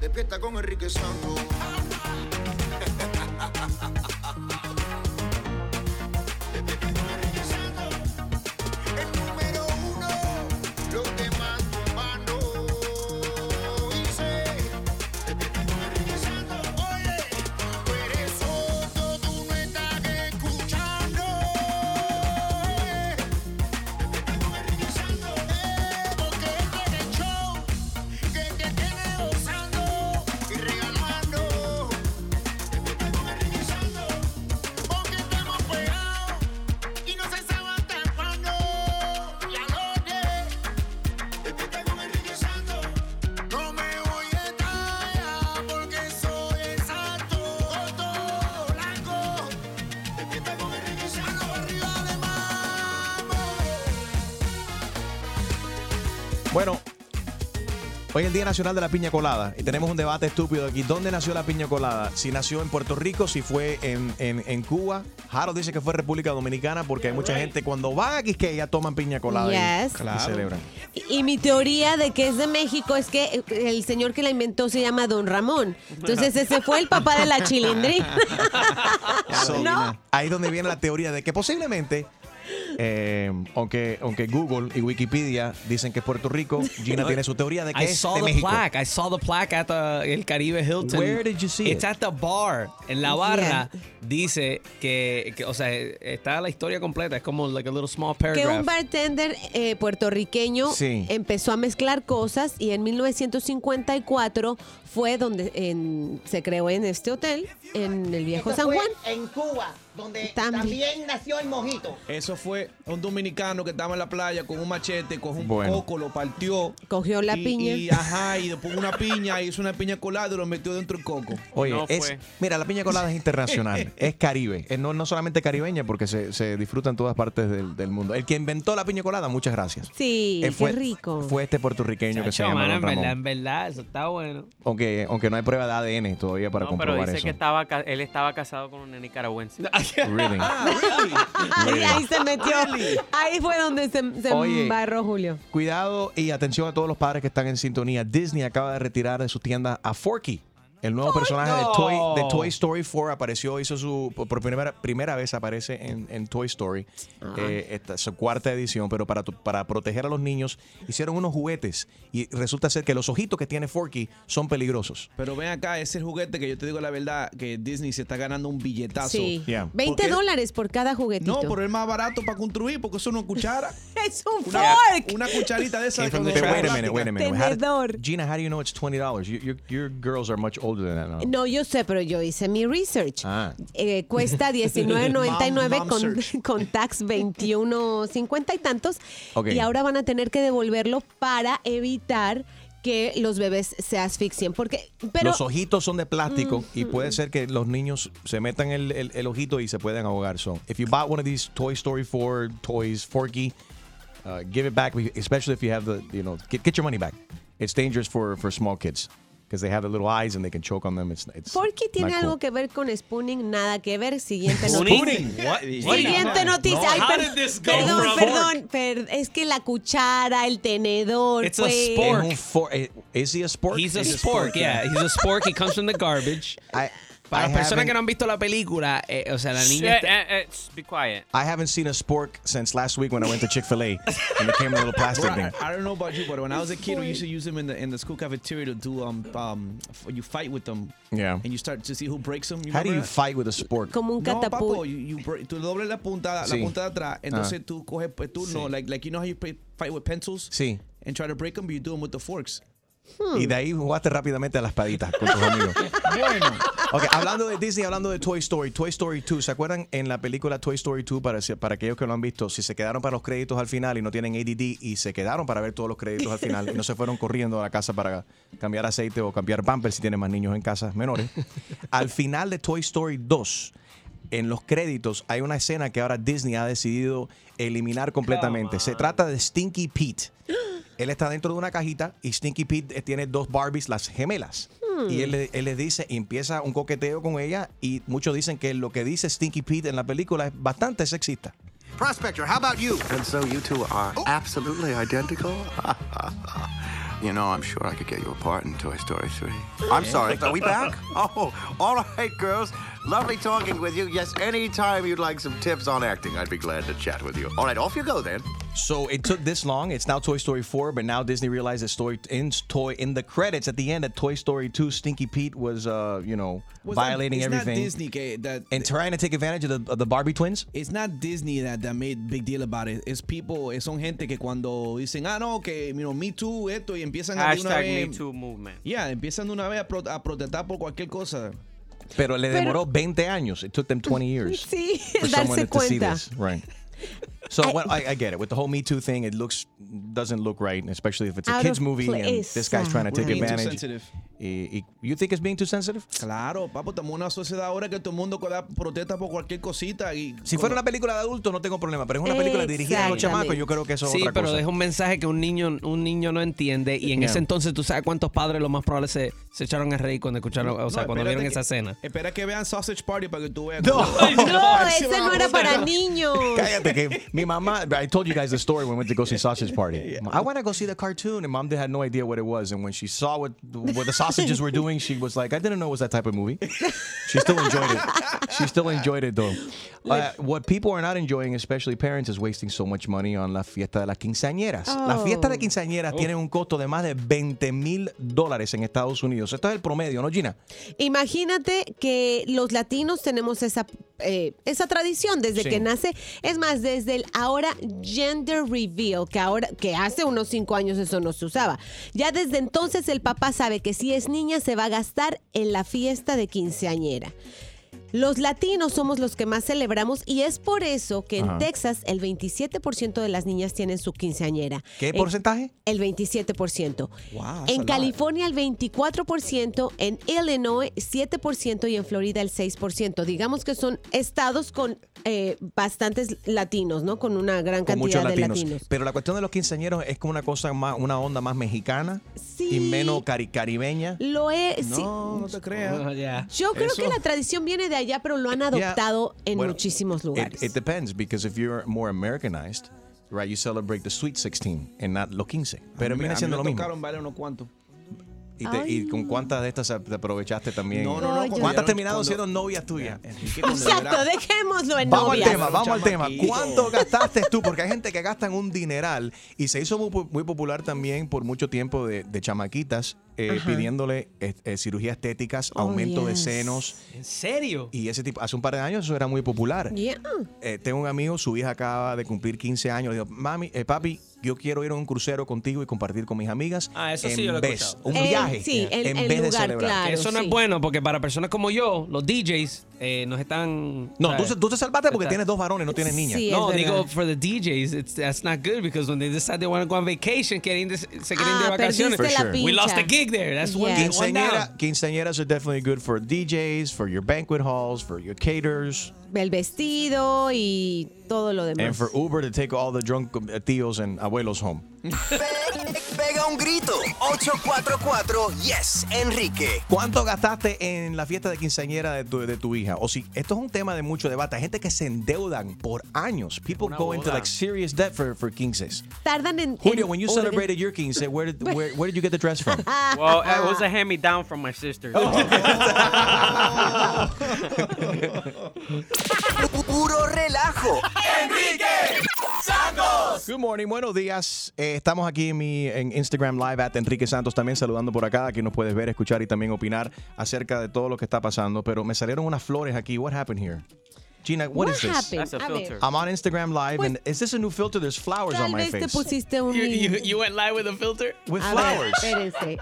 Despierta con Enrique Santos. Despierta con Enrique Santos. El número uno, los demás tumbando. Dice, eh. despierta con Enrique Santos. Oye, tú eres sordo, tú no estás escuchando. Eh, Despierta con Enrique Santos. Eh, porque este es el show que te tiene gozando y regalando. Despierta con Enrique Santos. Porque estamos pegados y no se sabe hasta cuándo. La noche despierta con Enrique Santos. No me voy a estallar porque soy exacto. Coto blanco. Despierta con Enrique Santos. Mano arriba de mambo. Bueno, hoy es el Día Nacional de la Piña Colada y tenemos un debate estúpido aquí. ¿Dónde nació la piña colada? Si nació en Puerto Rico, si fue en, en- en Cuba. Harold dice que fue República Dominicana porque hay mucha gente cuando van a Quisqueya toman piña colada y- Yes. y, Claro. celebran. Y mi teoría de que es de México es que el señor que la inventó se llama Don Ramón. Entonces ese fue el papá de la chilindrina. So, ¿No? Ahí es donde viene la teoría de que posiblemente, eh, aunque, aunque Google y Wikipedia dicen que es Puerto Rico, Gina tiene su teoría de que I es saw de the México. plaque. I saw the plaque at the El Caribe Hilton. Where did you see It's it? at the bar. En la barra dice que, que, o sea, está la historia completa. Es como like a little small Que paragraph. un bartender eh, puertorriqueño Sí. empezó a mezclar cosas y en 1954 fue donde en- se creó en este hotel, en el viejo Esto San fue Juan. En Cuba, donde También. también. nació el mojito. Eso fue un dominicano que estaba en la playa con un machete, con un Bueno. coco, lo partió. Cogió la y- piña. Y ajá, y después una piña, hizo una piña colada y lo metió dentro del coco. Oye, No es- fue. mira, la piña colada es internacional, es caribe, es no, no solamente caribeña porque se, se disfruta en todas partes del, del mundo. El que inventó la piña colada, muchas gracias. Sí, Eh, fue, qué rico. Fue este puertorriqueño que se Chacho, llama mano, Don en verdad, Ramón. en verdad, eso está bueno. Aunque, aunque no hay prueba de ADN todavía para no, pero comprobar dice eso. que estaba, ca- él estaba casado con una nicaragüense. Really. Y ahí se metió. Ahí fue donde se, se Oye. embarró Julio. Cuidado y atención a todos los padres que están en sintonía. Disney acaba de retirar de su tienda a Forky. El nuevo personaje de, Toy, de Toy Story 4 apareció, hizo su. Por primera, primera vez aparece en, en Toy Story. Eh, esta- su cuarta edición, pero para, tu- para proteger a los niños, hicieron unos juguetes. Y resulta ser que los ojitos que tiene Forky son peligrosos. Pero ven acá, ese juguete que yo te digo la verdad, que Disney se está ganando un billetazo. Sí. Yeah. 20 Porque- dólares por cada juguetito. No, pero es más barato para construir, porque eso no es cuchara. Es un Una, fork. una cucharita de esa. Came from the But wait a trash. minute, wait a minute. How Tenedor. did- Gina, how do you know it's $20? You- you- your girls are much older than that. Ah. no? No, yo sé, pero yo hice mi research. Ah. Eh, cuesta 19.99 Mom- mom con, search. con tax 21.50 y tantos. Ok. Y ahora van a tener que devolverlo para evitar que los bebés se asfixien. Porque, pero los ojitos son de plástico y puede ser que los niños se metan el, el- el ojito y se puedan ahogar. So, if you bought one of these Toy Story 4 toys, Forky, uh, give it back, especially if you have the, you know, get, get your money back. It's dangerous for, for small kids because they have the little eyes and they can choke on them. It's, it's Forky tiene not algo cool. que ver con spooning, nada que ver. Siguiente noticia. Spooning. What? What? Siguiente noticia. Ay, How per- did this go perdón, from- perdón, per- es que la cuchara, el tenedor, It's a pues, sport. Es un for- eh, Is he a spork? He's a spork, yeah. He's a spork. He comes from the garbage. I, Para I las haven't- personas que no han visto la película, eh, o sea, la Eh, niña está- eh, eh, shh, be quiet. I haven't seen a spork since last week when I went to Chick Fil A and it came in a little plastic Bro, thing. I, I don't know about you, but when I was a kid, we used to use them in the in the school cafeteria to do um um f- you fight with them. Yeah. And you start to see who breaks them. How do you remember that? fight with a spork? como un No, papo, catapult. you, you break- tú dobles la punta, Sí. la punta de atrás, entonces Ah. tú coges pues, tú no, like like you know how you play, fight with pencils Sí. and try to break them, but you do them with the forks. Y de ahí jugaste rápidamente a las paditas con tus amigos. Ok, hablando de Disney, hablando de Toy Story, Toy Story 2, ¿se acuerdan en la película Toy Story 2? Para, para aquellos que lo han visto, si se quedaron para los créditos al final y no tienen ADD y se quedaron para ver todos los créditos al final y no se fueron corriendo a la casa para cambiar aceite o cambiar bumper si tienen más niños en casa menores, al final de Toy Story 2, en los créditos hay una escena que ahora Disney ha decidido eliminar completamente. Se trata de Stinky Pete. Él está dentro de una cajita y Stinky Pete eh, tiene dos Barbies, las gemelas. Y él, le- él les dice, y empieza un coqueteo con ella. Y muchos dicen que lo que dice Stinky Pete en la película es bastante sexista. Prospector, how about you? And so you two are absolutely identical? You know, I'm sure I could get you a part in Toy Story 3. I'm sorry, are we back? Oh, all right, girls. Lovely talking with you. Yes, anytime you'd like some tips on acting, I'd be glad to chat with you. All right, off you go then. So it took this long. It's now Toy Story 4, but now Disney realized that story in toy in the credits at the end at Toy Story 2, Stinky Pete was uh, you know, Was that- violating it's everything. Not Disney, okay, that, And trying to take advantage of the, of the Barbie twins. it's not Disney that, that made big deal about it. It's people, eh, son gente que cuando dicen, ah, no, que you know, Me Too, esto, y empiezan a de una Hashtag vez. Me Too Movement. Yeah, empiezan de una vez a, pro- a protestar por cualquier cosa. Pero le demoró 20 años. It took them 20 years. Sí, for someone darse to see cuenta. this. Right. So well, I, I get it. With the whole Me Too thing, it looks doesn't look right, especially if it's a Out kids of movie and place. this guy's trying to We're take being too advantage. sensitive. Y- Eh, y- you think it's being too sensitive? Claro, papo, estamos en una sociedad ahora que todo el mundo da- protesta por cualquier cosita. Y Si fuera una película de adultos no tengo problema, pero es una película dirigida a los chamacos, yo creo que eso es Sí, otra pero cosa. deja un mensaje que un niño, un niño no entiende y en Yeah. ese entonces tú sabes cuántos padres lo más probable se, se echaron a reír cuando escucharon, o sea, No, cuando espérate vieron que- esa escena. Espera que vean Sausage Party para que tú veas. eh, No. No, Sí, ese vamos no a era para hacerlo. niños. Cállate que mi mamá, I told you guys the story when we went to go see Sausage Party. I want to go see the cartoon and mom had no idea what it was and when she saw what what the sausages were doing, she was like, I didn't know it was that type of movie. She still enjoyed it. She still enjoyed it though. Uh, what people are not enjoying, especially parents, is wasting so much money on la fiesta de las quinceañeras. La fiesta de quinceañeras tiene un costo de más de 20 mil dólares en Estados Unidos. Esto es el promedio, ¿no, Gina? Imagínate que los latinos tenemos esa, eh, esa tradición desde Sí. que nace. Es más, desde el ahora gender reveal, que ahora, que hace unos cinco años eso no se usaba. Ya desde entonces el papá sabe que si es niña se va a gastar en la fiesta de quinceañera. Los latinos somos los que más celebramos y es por eso que en Ajá. Texas el 27% de las niñas tienen su quinceañera. ¿Qué En- porcentaje? el 27%. Ah, Wow, that's a en lot. California el 24%, en Illinois 7% y en Florida el 6%. Digamos que son estados con eh, bastantes latinos, ¿no? Con una gran con cantidad muchos de latinos. latinos. Pero la cuestión de los quinceañeros es como una cosa más, una onda más mexicana Sí. y menos cari- caribeña. Lo es. sí. No, no te creas. Ya. Yo creo que Oh, Eso- la tradición viene de allá, pero lo han adoptado en Bueno, muchísimos lugares. It, it depends because if you're more Americanized, right, you celebrate the sweet 16 and not los 15. Pero A mí me- viene a mí siendo me lo mismo. tocaron bailar unos cuantos. Y, te- y con cuántas de estas te aprovechaste también. No, no, no, Ay, cuando yo- ¿Cuántas llegaron- terminaron cuando- siendo novias tuyas? Enrique, cuando Exacto, era- dejémoslo en Vamos novias. al tema, vamos al tema. Chamaquito. ¿Cuánto gastaste tú? Porque hay gente que gastan un dineral y se hizo muy, po- muy popular también por mucho tiempo de, de chamaquitas eh, pidiéndole eh, eh, cirugías estéticas, Oh, aumento de yes. senos ¿En serio? y ese tipo. Hace un par de años eso era muy popular. Yeah. Eh, tengo un amigo, su hija acaba de cumplir 15 años. Le digo, mami, eh, papi, yo quiero ir a un crucero contigo y compartir con mis amigas. Ah, eso en sí yo lo he vez- escuchado. Un En- viaje. sí, en- en vez de lugar, celebrar. Que claro, eso no sí. es bueno porque para personas como yo, los DJs, eh, nos están... No, tú, ¿sabes? se- tú te salvaste porque Está- tienes dos varones, no tienes niña. Sí, No, es verdad. digo, for the DJs, it's, that's not good because when they decide they want to go on vacation, quieren de- se quieren de Ah, vacaciones. perdiste For la sure. We lost the pincha. gig there. That's one, Yeah. gig, one down. Quinceañera, quinceañeras are definitely good for DJs, for your banquet halls, for your caterers, El vestido y todo lo demás. and for Uber to take all the drunk uh, tíos and abuelos home. Pega un grito. 844 Yes, Enrique. ¿Cuánto gastaste en la fiesta de quinceañera de tu, de tu hija? O si esto es un tema de mucho debate. Hay gente que se endeudan por años. People Una go into boda. like serious debt for, for quinces. Tardan en. Julio, en when you orden. celebrated your quince, where did, where, where did you get the dress from? Well, it was a hand me down from my sister. Puro relajo. Good morning, buenos días. Eh, estamos aquí en mi en Instagram Live at Enrique Santos también saludando por acá. Aquí nos puedes ver, escuchar y también opinar acerca de todo lo que está pasando. Pero me salieron unas flores aquí. What happened here? Gina, what, What is this? happened? That's a A ver. Pues, filter. I'm on Instagram Live and is this a new filter? There's flowers on Tal my vez te face. pusiste un. You, you, you went live with a filter? Oh, With A ver, flowers. espérense.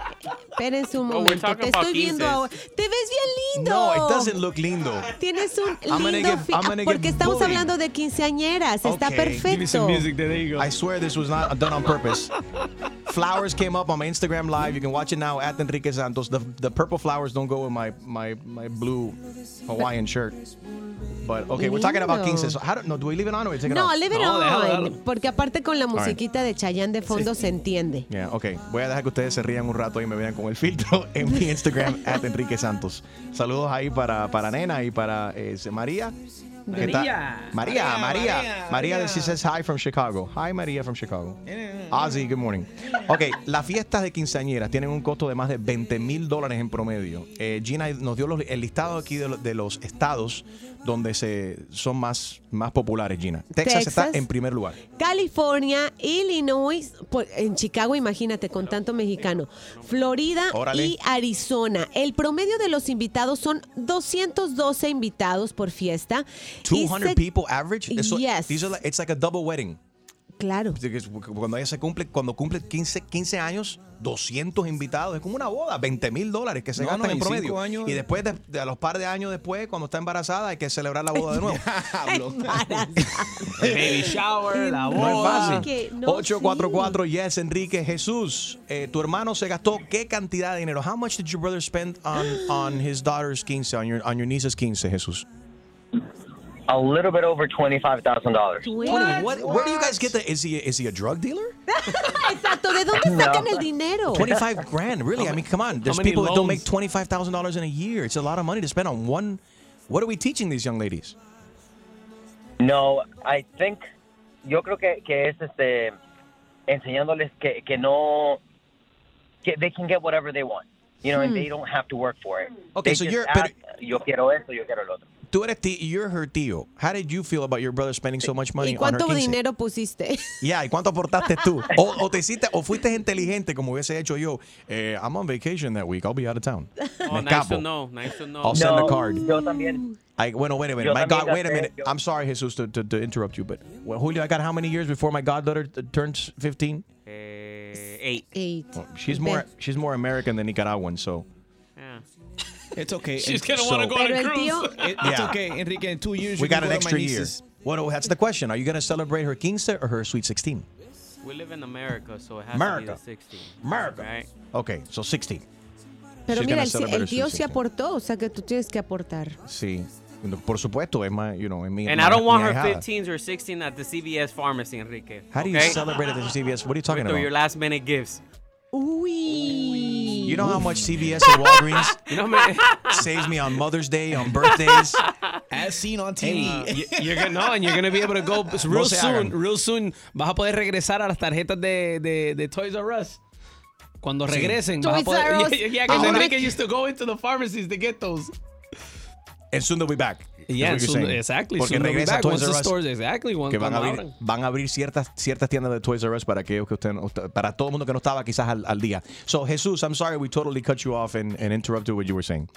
Espérense un we're momento. talking Te about estoy viendo pieces. ahora. Te ves bien lindo. no, it doesn't look lindo. Tienes un I'm gonna lindo get- fi- I'm gonna Porque get estamos bullied. hablando de quinceañeras. Está Okay, perfecto. I swear this was not done on purpose. flowers came up on my Instagram live. You can watch it now at Enrique Santos. The, the purple flowers don't go with my my my blue Hawaiian shirt. But okay, we're talking about Lindo. Kings. So how do, no, do we leave it on or we take it No, off? leave it No, on. déjalo, déjalo. Porque aparte con la musiquita de Chayanne de fondo se entiende. Yeah, okay. Voy a dejar que ustedes se rían un rato y me vean con el filtro en mi Instagram at Enrique Santos. Saludos ahí para, para Nena y para eh, María ¿Qué tal? María. María, María, María, María, that she says hi from Chicago. Hi, María from Chicago. Ozzy, Ah, good morning. Ok, las fiestas de quinceañeras tienen un costo de más de 20 mil dólares en promedio. Eh, Gina nos dio los- el listado aquí de, lo- de los estados donde se son más, más populares, Gina. Texas, Texas. está en primer lugar. California, Illinois, por- en Chicago, imagínate, con tanto mexicano, Florida Órale. y Arizona. El promedio de los invitados son 212 invitados por fiesta. Y 200 se- people average. Eso, Yes. these are like- it's like a double wedding. Claro. Because Cuando ella se cumple, cuando cumple 15, 15 años, 200 invitados. Es como una boda, 20 mil dólares que se No, gastan en 95 promedio. años. Y después, de, de a los par de años después, cuando está embarazada, hay que celebrar la boda de nuevo. Pablo. El baby shower, la No es boda. fácil. que no, 844 Yes, Enrique Jesús. eh, tu hermano se gastó qué cantidad de dinero? How much did your brother spend on, on his daughter's 15, on your, on your niece's 15, Jesús? A little bit over twenty-five thousand dollars. What- Where do you guys get the is he is he a drug dealer? Exacto, ¿de dónde sacan el dinero? 25 grand, really? I mean, come on. There's many people that don't loans? make $25,000 in a year. It's a lot of money to spend on one. What are we teaching these young ladies? No, I think, yo creo que, que es este, enseñándoles que, que no, que they can get whatever they want. You know, Hmm. and they don't have to work for it. Okay, They so just you're- ask, yo quiero esto, yo quiero el otro. Tú eres ti- you're her tío. How did you feel about your brother spending so much money ¿Y on her cuánto 15? dinero pusiste? Yeah, ¿y cuánto aportaste tú? O, o te hiciste, o fuiste inteligente como hubiese hecho yo. Eh, I'm on vacation that week. I'll be out of town. Oh, Me nice to escapo. know. Nice to know. I'll send no, a card. yo también. I, bueno, wait a minute. Yo My God, también wait a gasté, minute. yo- I'm sorry, Jesus, to, to, to interrupt you, but well, Julio, I got how many years before my goddaughter t- turns 15? Eh, eight. Eight. Oh, She's more she's more American than Nicaraguan, so Yeah. It's okay. She's It- gonna wanna So- go on Pero a el tío, cruise. It's Yeah. okay, eh, Enrique. In two years, we you got can an go to my extra year. nieces. What? oh, that's the question. Are you gonna celebrate her 15 or her sweet 16? We live in America, so it has America. to be the 16. America. Right? Okay, so 16. pero She's mira, gonna el, celebrate el her tío sweet se 16. aportó, o sea que tú tienes que aportar. Sí. No, Por supuesto, es my, you know, es mi. And mi- I don't want mi her ahijada. 15s or 16 at the CVS pharmacy, Enrique. How do you okay? celebrate at the CVS? What are you talking Through your about? last minute gifts. Uy. You know how much CVS and Walgreens You know, man, saves me on Mother's Day, on birthdays. As seen on TV. Y- You're gonna, no, and you're gonna be able to go No real se soon. hagan. Real soon vas a poder regresar a las tarjetas de, de, de Toys R Us. Cuando regresen, vas a Toys poder. R Us. Yeah, yeah, 'cause Ahora- Enrique used to go into the pharmacies to get those. And soon they'll be back. is Yeah, what you're soon- saying. exactly. Porque soon they'll be regresa back Toys once the R Us, stores, exactly. Once que van a cuando abrir, abran. van a abrir ciertas, ciertas tiendas de Toys R Us para aquellos que usted, no- usted- para todo el mundo que no estaba quizás al, al día. So, Jesús, I'm sorry we totally cut you off and, and interrupted what you were saying.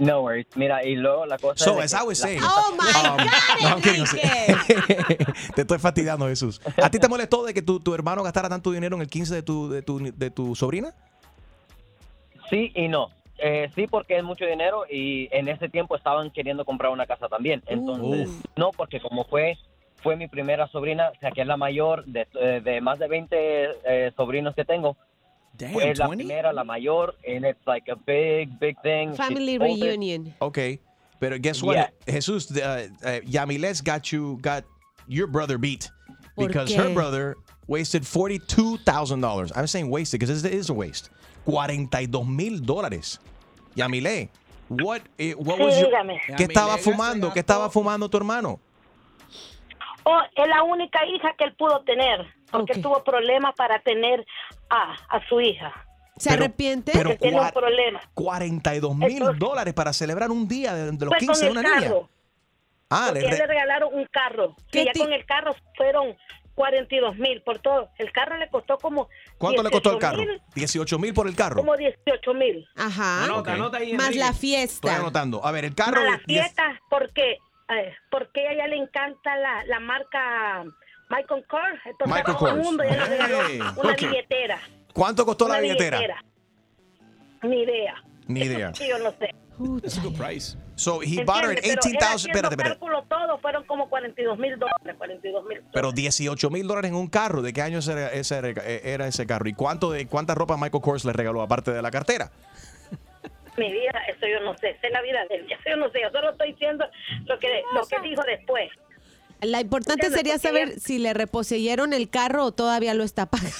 No worries. Mira, y luego la cosa So, as es de I que was la- saying. Oh my um, no, I'm God, kidding, no sé. Enrique. te estoy fastidiando, Jesús. ¿A ti te molestó de que tu, tu hermano gastara tanto dinero en el 15 de tu, de tu, de tu sobrina? Sí y no. Eh, sí, porque es mucho dinero y en ese tiempo estaban queriendo comprar una casa también. Entonces, no, porque como fue fue mi primera sobrina, o sea, que es la mayor de, eh, de más de 20 eh, sobrinos que tengo, Damn, fue la 20? primera, la mayor, and it's like a big, big thing. Family She's older. reunion. Okay. But guess what? Yeah. Jesus, the, uh, uh, Yamiles got you, got your brother beat ¿Por because qué? her brother wasted $42,000. I'm saying wasted because it is a waste. $42,000. Yamile, what, eh, what was your, dígame. ¿Qué estaba Yamile fumando? ¿Qué gastó- estaba fumando tu hermano? Oh, es la única hija que él pudo tener, porque Ok. él tuvo problemas para tener a, a su hija. ¿Se Pero- arrepiente? pero- Que tiene un cuar- problema. 42 mil Entonces- dólares para celebrar un día de, de los Fue 15 con de el una niña. carro, Ah, porque le re- él le regalaron un carro. ¿Qué Y ya ti- con el carro fueron 42 mil por todo. El carro le costó como. ¿Cuánto le costó el 18,000, carro? 18 mil por el carro. Como 18 mil. Ajá. Anota, anota ahí, Más Enrique. la Ah, Estoy fiesta. anotando. A ver, el carro. Para la 10 fiesta, porque, eh, porque a ella le encanta la, la marca Michael Kors. Entonces, Michael todo el Kors. mundo ya le regaló Hey, una ok. billetera. ¿Cuánto costó una la billetera? Ni idea. Ni idea. Sí, yo no sé. That's a good price. So he bought her at ¿Entiendes? Pero él 18,000. haciendo Espérate, espérate. cálculo todo fueron como 42 mil dólares, 42 mil. Pero 18 mil dólares en un carro. ¿De qué año era ese, era ese carro? ¿Y cuánto de, cuánta ropa Michael Kors le regaló aparte de la cartera? Mi vida, eso yo no sé, esa es la vida de él, eso yo no sé, yo solo estoy diciendo lo que, lo que dijo después. La importante Entiendo, sería porque saber ella- si le reposeyeron el carro o todavía lo está pagando.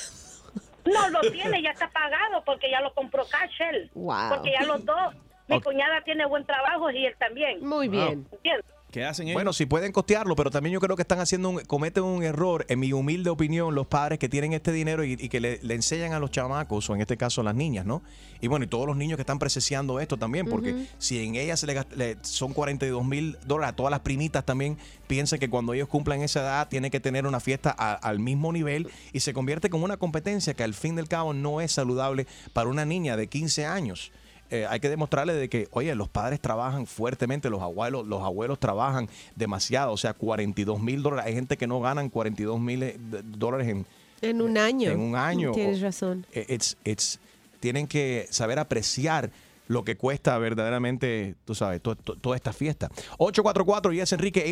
No, lo tiene, ya está pagado porque ya lo compró cash él. Wow. Porque ya los dos, mi Ok. cuñada tiene buen trabajo y él también, Muy bien. ¿entiendes? ¿Qué hacen ellos? Bueno, si pueden costearlo, pero también yo creo que están haciendo un, cometen un error, en mi humilde opinión, los padres que tienen este dinero y, y que le, le enseñan a los chamacos, o en este caso a las niñas, ¿no? Y bueno, y todos los niños que están presenciando esto también, porque Ujú. si en ellas se le, gast- le- son 42 mil dólares, a todas las primitas también piensan que cuando ellos cumplan esa edad tienen que tener una fiesta a- al mismo nivel y se convierte como una competencia que al fin del cabo no es saludable para una niña de 15 años. Eh, hay que demostrarle de que, oye, los padres trabajan fuertemente, los abuelos, los abuelos trabajan demasiado, o sea, 42 mil dólares. Hay gente que no ganan 42 mil eh, dólares en, En un año. en un año. Tienes O- razón. eh, it's- it's- tienen que saber apreciar lo que cuesta verdaderamente, tú sabes, to- to- toda esta fiesta. 844 y es Enrique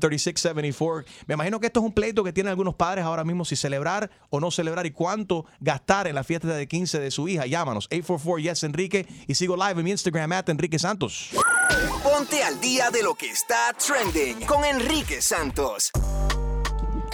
844-937-3674. Me imagino que esto es un pleito que tienen algunos padres ahora mismo si celebrar o no celebrar y cuánto gastar en la fiesta de 15 de su hija. Llámanos 844 yes Enrique y sigo live en mi Instagram at Enrique Santos. Ponte al día de lo que está trending con Enrique Santos.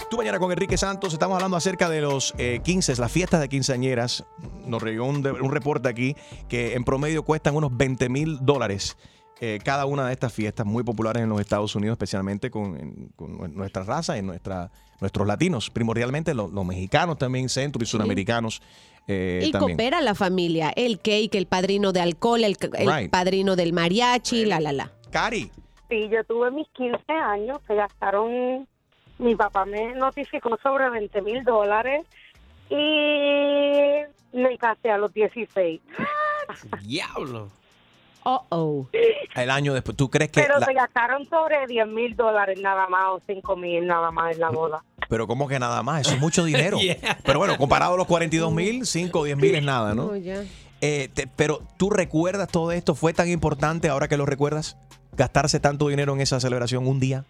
Tú mañana con Enrique Santos estamos hablando acerca de los eh, 15, las fiestas de quinceañeras. Nos llegó un, de- un reporte aquí que en promedio cuestan unos 20 mil dólares eh, cada una de estas fiestas muy populares en los Estados Unidos, especialmente con, en- con nuestra raza y nuestra, nuestros latinos, primordialmente los, los mexicanos también, centro y sudamericanos. eh, y también. coopera la familia. El cake, el padrino de alcohol, el, el Right. padrino del mariachi, la, la, la. Cari. Sí, yo tuve mis 15 años, se gastaron, mi papá me notificó sobre 20 mil dólares y me casé a los 16. Diablo. Oh, oh. El año después, ¿tú crees que... Pero la- se gastaron sobre 10 mil dólares nada más o 5 mil nada más en la boda. pero ¿cómo que nada más? Eso es mucho dinero. Pero bueno, comparado a los 42 mil, 5 o 10 mil es nada, Oh, ¿no? Eh, te- pero tú recuerdas todo esto, fue tan importante ahora que lo recuerdas, gastarse tanto dinero en esa celebración un día,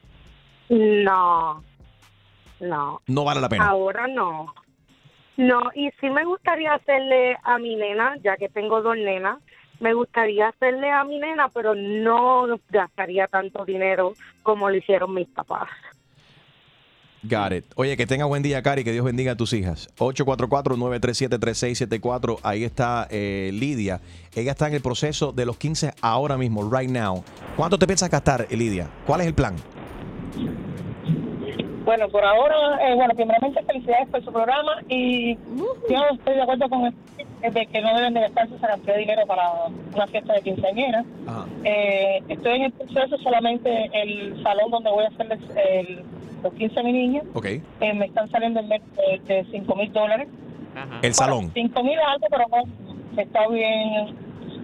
No, no. no vale la pena. Ahora no. No, y sí me gustaría hacerle a mi nena, ya que tengo dos nenas, me gustaría hacerle a mi nena, pero no gastaría tanto dinero como lo hicieron mis papás. Got it. Oye, que tenga buen día, Cari, que Dios bendiga a tus hijas. 844-937-3674, ahí está eh, Lidia. Ella está en el proceso de los 15 ahora mismo, right now. ¿Cuánto te piensas gastar, Lidia? ¿Cuál es el plan? Bueno, por ahora, eh, bueno, primeramente felicidades por su programa y yo estoy de acuerdo con el- de que no deben de gastarse esa cantidad de dinero para una fiesta de quinceañera. Eh, estoy en el proceso solamente el salón donde voy a hacerles el- los 15 a mi niña. Ok. eh, me están saliendo el mes de, de 5 mil dólares. El salón. 5 mil algo, pero bueno, está bien.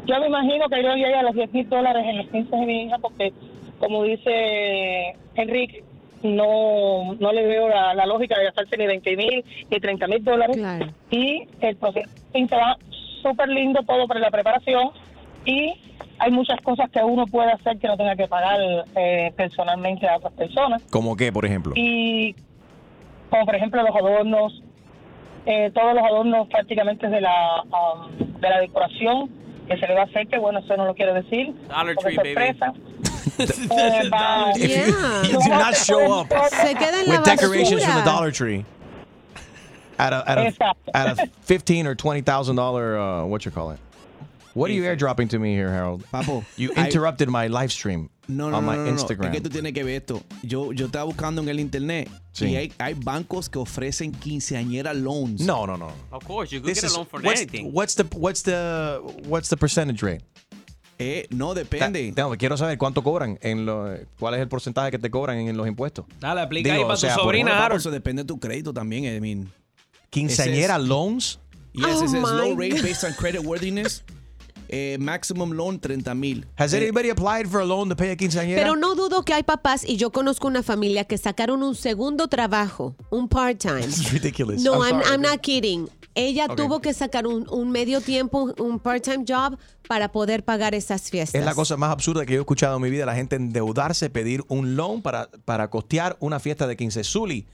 Yo me imagino que yo llegué a los 10 mil dólares en los 15 de mi hija porque, como dice Enrique, no, no le veo la, la lógica de gastarse ni 20 mil ni 30 mil dólares. Y el proceso se va súper lindo todo para la preparación y hay muchas cosas que uno puede hacer que no tenga que pagar eh, personalmente a otras personas. ¿Cómo qué, por ejemplo? Y como por ejemplo los adornos, eh, todos los adornos prácticamente de la, um, de la decoración que se le va a hacer, que bueno, eso no lo quiero decir. Dollar porque Tree, baby. sorpresa. Eh, va- If you- if you do Lo not hace show todo up el- Se queda en la with decorations from the basura. Dollar Tree. At a, at a, Exacto. at a fifteen or twenty thousand dollar, uh, what you call it? What are you airdropping to me here, Harold? Papo, you I- interrupted my live stream No, no, on no, my no, no, no. Instagram. Es que tú tienes que ver esto. Yo, yo estaba buscando en el internet Sí. y hay, hay bancos que ofrecen quinceañera loans. No, no, no. Of course, you could This get is- a loan for what's, anything. what's the what's the what's the percentage rate? Eh, no depende. no, quiero saber cuánto cobran en lo, cuál es el porcentaje que te cobran en los impuestos. Dale, aplica Digo, ahí para o sea, tu por- sobrina, Bueno, Harold. Eso depende de tu crédito también, I mean. Quinceañera loans. Yes, it Oh says my low rate God. based on credit worthiness. Eh, maximum loan 30 mil. Eh, Has anybody applied for a loan to pay a quinceañera? Pero no dudo que hay papás, y yo conozco una familia que sacaron un segundo trabajo, un part-time. It's ridiculous. No, I'm I'm, sorry. I'm not kidding. Ella Ok. tuvo que sacar un, un medio tiempo, un part-time job para poder pagar esas fiestas. Es la cosa más absurda que yo he escuchado en mi vida, la gente endeudarse, pedir un loan para, para costear una fiesta de 15. Zuli,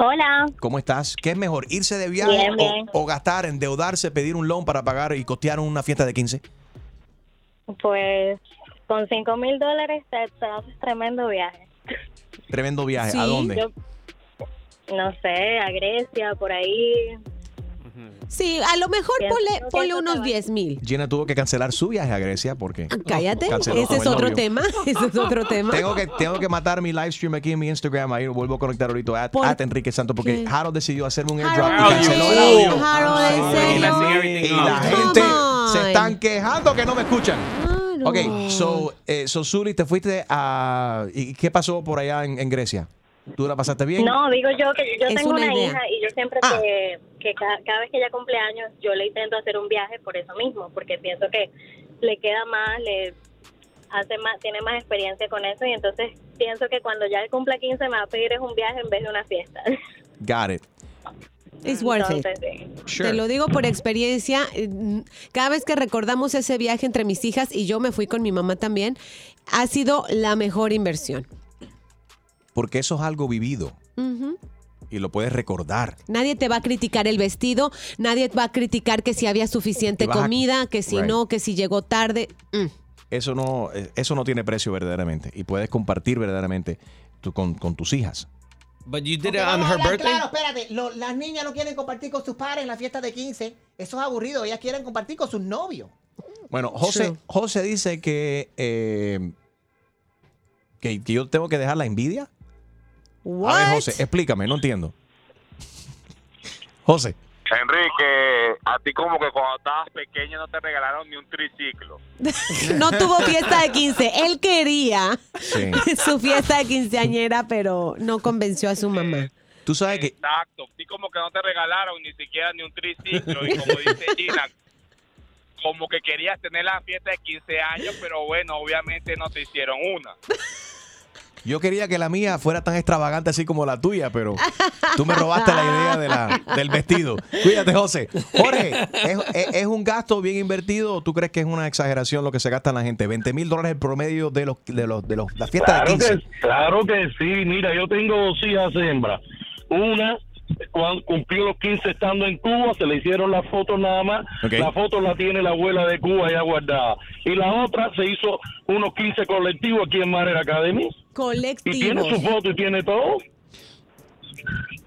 Hola. ¿cómo estás? ¿Qué es mejor, irse de viaje Bien, o- bien. O, gastar, endeudarse, pedir un loan para pagar y costear una fiesta de 15? Pues con 5 mil dólares te, te haces tremendo viaje. Tremendo viaje. ¿A dónde? Yo- no sé, a Grecia, por ahí. Sí, a lo mejor Pienso ponle, que ponle eso te unos va. 10 mil. Gina tuvo que cancelar su viaje a Grecia Ah, porque. Cállate, Canceló ese con es el otro novio. tema. Ese es otro tema. Tengo que, tengo que matar mi live stream aquí en mi Instagram. Ahí lo vuelvo a conectar ahorita. At, ¿Por at Enrique Santos. Porque qué? Harold decidió hacerme un Harold, airdrop y canceló el please, audio. Harold, Ah, ¿en I'm sorry. serio? Y la Come gente on. se están quejando que no me escuchan. Ok, so, eh, so Suri, te fuiste a. ¿Y qué pasó por allá en, en Grecia? ¿Tú la pasaste bien? No, digo yo que yo Es tengo una una, idea. Ah. hija y yo siempre que, que ca- cada, vez que ella cumple años, yo le intento hacer un viaje por eso mismo, porque pienso que le queda más, le hace más, tiene más experiencia con eso y entonces pienso que cuando ya él cumpla 15 me va a pedir es un viaje en vez de una fiesta. Got it. It's worth it. Entonces, sí. Sure. Te lo digo por experiencia. eh, Cada vez que recordamos ese viaje entre mis hijas y yo me fui con mi mamá también, ha sido la mejor inversión. Porque eso es algo vivido Ujú. y lo puedes recordar. Nadie te va a criticar el vestido, nadie va a criticar que si había Y suficiente vas a- comida, que si Right. no, que si llegó tarde. Mm. Eso no, eh, eso no tiene precio verdaderamente y puedes compartir verdaderamente tu- con, con tus hijas. But you did Que it on vamos a her hablar birthday? Claro, espérate. Lo- las niñas no quieren compartir con sus padres en la fiesta de 15. Eso es aburrido. Ellas quieren compartir con sus novios. Bueno, José, True. José dice que, eh, que, que yo tengo que dejar la envidia. A ver, José, explícame, no entiendo. José, Enrique, a ti como que cuando estabas pequeño no te regalaron ni un triciclo. No tuvo fiesta de 15. Él quería Sí. su fiesta de quinceañera, pero no convenció a su mamá. tú sabes que Exacto, a ti como que no te regalaron ni siquiera ni un triciclo. Y como dice Gina, como que querías tener la fiesta de 15 años, pero bueno, obviamente no te hicieron una. yo quería que la mía fuera tan extravagante así como la tuya, pero tú me robaste la idea de la- del vestido. Cuídate, José. Jorge, ¿es, es- es un gasto bien invertido o tú crees que es una exageración lo que se gasta en la gente? 20 mil dólares el promedio de, los, de, los, de los, la fiesta Claro de 15. que, claro que sí, mira, yo tengo dos hijas hembras. Una cuando cumplió los 15 estando en Cuba, se le hicieron las fotos nada más. Ok. La foto la tiene la abuela de Cuba ya guardada. Y la otra se hizo unos 15 colectivos aquí en Marera Academy. Y tiene Colectivos. su foto y tiene todo.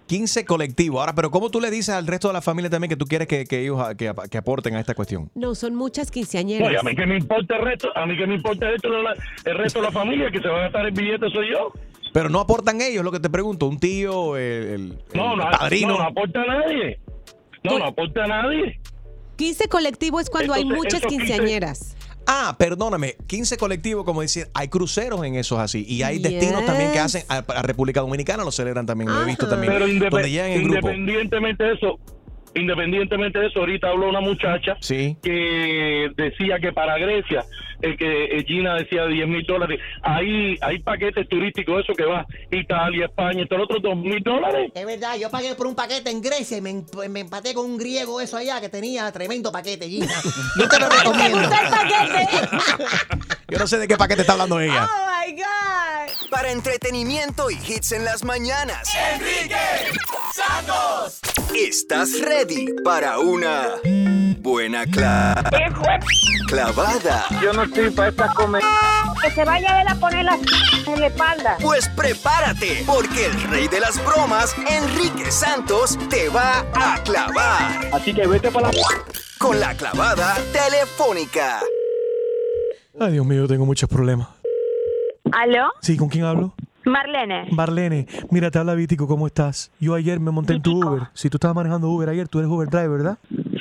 15 colectivos. Ahora, pero ¿cómo tú le dices al resto de la familia también que tú quieres que, que ellos a- que, ap- que aporten a esta cuestión? No, son muchas Oye, quinceañeras. a mí que me importa el resto, a mí que me importa el resto de la, el resto de la familia, que se va a gastar el billete soy yo. Pero no aportan ellos, lo que te pregunto, un tío, el, el- No, el no, padrino. no, no aporta a nadie. No, no aporta a nadie. 15 colectivos es cuando hay Entonces, muchas esos 15 quinceañeras. Ah, perdóname, 15 colectivos, como decir, hay cruceros en esos así. Y hay destinos también que Yes. hacen a, a República Dominicana, lo celebran también, lo he Ah. visto también. Pero independ- donde llegan en grupo. independientemente de eso, independientemente de eso, ahorita habló una muchacha que decía que para Grecia, eh, que eh, Gina decía 10 mil dólares, hay, hay paquetes turísticos, eso que va Italia, España, todos los otros 2 mil dólares. Es verdad, yo pagué por un paquete en Grecia y me, emp- me empaté con un griego eso allá que tenía tremendo paquete, Gina. Yo te lo recomiendo. Yo no sé de qué paquete está hablando ella. Para entretenimiento y hits en las mañanas. ¡Enrique Santos! ¿Estás ready para una buena cla- clavada? Yo no estoy para esta comer. Que se vaya a él a poner la en la espalda. Pues prepárate, porque el rey de las bromas, Enrique Santos, te va a clavar. Así que vete para la... Con la clavada telefónica. Ay, Dios mío, tengo muchos problemas. ¿Aló? Sí, ¿con quién hablo? Marlene. Marlene, mira, te habla Vítico, ¿cómo estás? Yo ayer me monté en tu Uber. Si tú estabas manejando Uber ayer, tú eres Uber Driver, ¿verdad?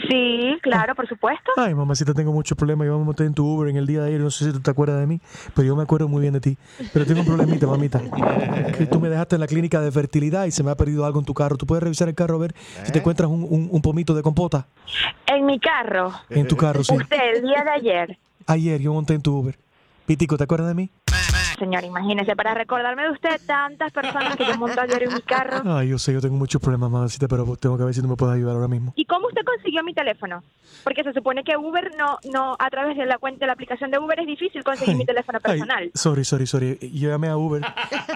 Sí, claro, por supuesto. Ay, mamacita, tengo muchos problemas. Yo me monté en tu Uber en el día de ayer. No sé si tú te acuerdas de mí, pero yo me acuerdo muy bien de ti. Pero tengo un problemita, mamita. Que tú me dejaste en la clínica de fertilidad y se me ha perdido algo en tu carro. ¿Tú puedes revisar el carro a ver si te encuentras un, un- un pomito de compota? En mi carro. En tu carro, sí. Usted, el día de ayer. Ayer yo monté en tu Uber. Pitico, ¿te acuerdas de mí? Señor, imagínese, para recordarme de usted tantas personas que yo monto ayer en mi carro. Ay, yo sé, yo tengo muchos problemas, mamacita, pero tengo que ver si tú me puedes ayudar ahora mismo. ¿Y cómo usted consiguió mi teléfono? Porque se supone que Uber no, no, a través de la cuenta de la aplicación de Uber es difícil conseguir mi teléfono Ay, personal. sorry, sorry, sorry. Yo llamé a Uber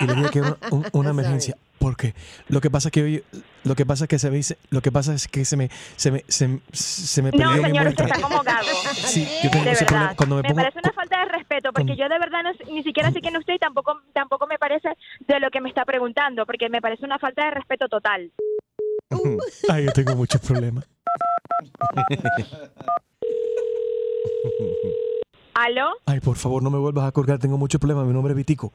y le dije que era un- una emergencia. Porque lo que pasa es que hoy, lo que pasa es que se me dice, lo que pasa es que se me, se me, se, me- se me perdió No, mi señor, usted muestra. está como gago. Sí, yo tengo de ese verdad. problema. Cuando me pongo- parece una falta de respeto, porque yo de verdad no sé- ni siquiera sé quién es usted y tampoco, tampoco me parece de lo que me está preguntando, porque me parece una falta de respeto total. Ay, yo tengo muchos problemas. ¿Aló? Ay, por favor, no me vuelvas a colgar. Tengo mucho problema. Mi nombre es Vitico.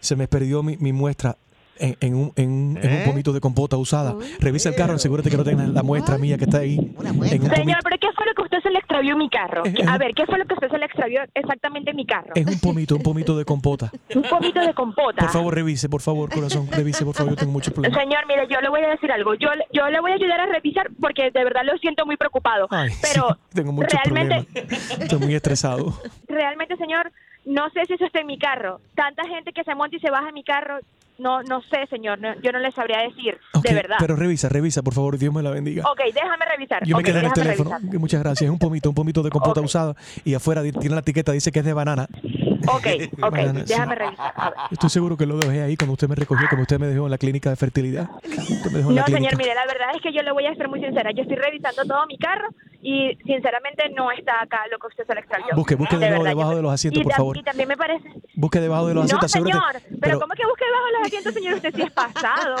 Se me perdió mi, mi muestra en, en un, en, un- en un pomito de compota usada. Revisa el carro, asegúrate que no tengas la muestra mía que está ahí. En un, pomi- Señor, pero ¿qué fue lo que usted se le extravió en mi carro? Eh, A ver, ¿qué fue lo que usted se le extravió exactamente en mi carro? en un pomito, un pomito de compota. Un pomito de compota. Por favor, revise, por favor, corazón. Revise, por favor. Yo tengo muchos problemas. Señor, mire, yo le voy a decir algo. Yo, yo le voy a ayudar a revisar porque de verdad lo siento muy preocupado. pero Tengo muchos realmente, problemas. Estoy muy estresado. realmente, señor, no sé si eso está en mi carro. Tanta gente que se monta y se baja en mi carro, no, no sé, señor. no- yo no le sabría decir, Ok, de verdad. Pero revisa, revisa, por favor. Dios me la bendiga. Ok, déjame revisar. Yo me Ok, quedé en el déjame teléfono. revisar. Muchas gracias. Es un pomito, un pomito de compota usada. Y afuera di- tiene la etiqueta, dice que es de banana. Ok, ok, Banana, sí. déjame revisar. A ver. Estoy seguro que lo dejé ahí cuando usted me recogió, como usted me dejó en la clínica de fertilidad. Usted me dejó en la No, clínica. señor, mire, la verdad es que yo le voy a ser muy sincera. Yo estoy revisando todo mi carro y sinceramente no está acá lo que usted se le extravió. Busque, busque de nuevo verdad, debajo yo- de los asientos, y por tam- favor. Y también me parece... Busque debajo de los asientos, no, asegúrate. señor, pero, Pero ¿cómo que busque debajo de los asientos, señor? Usted sí es pasado.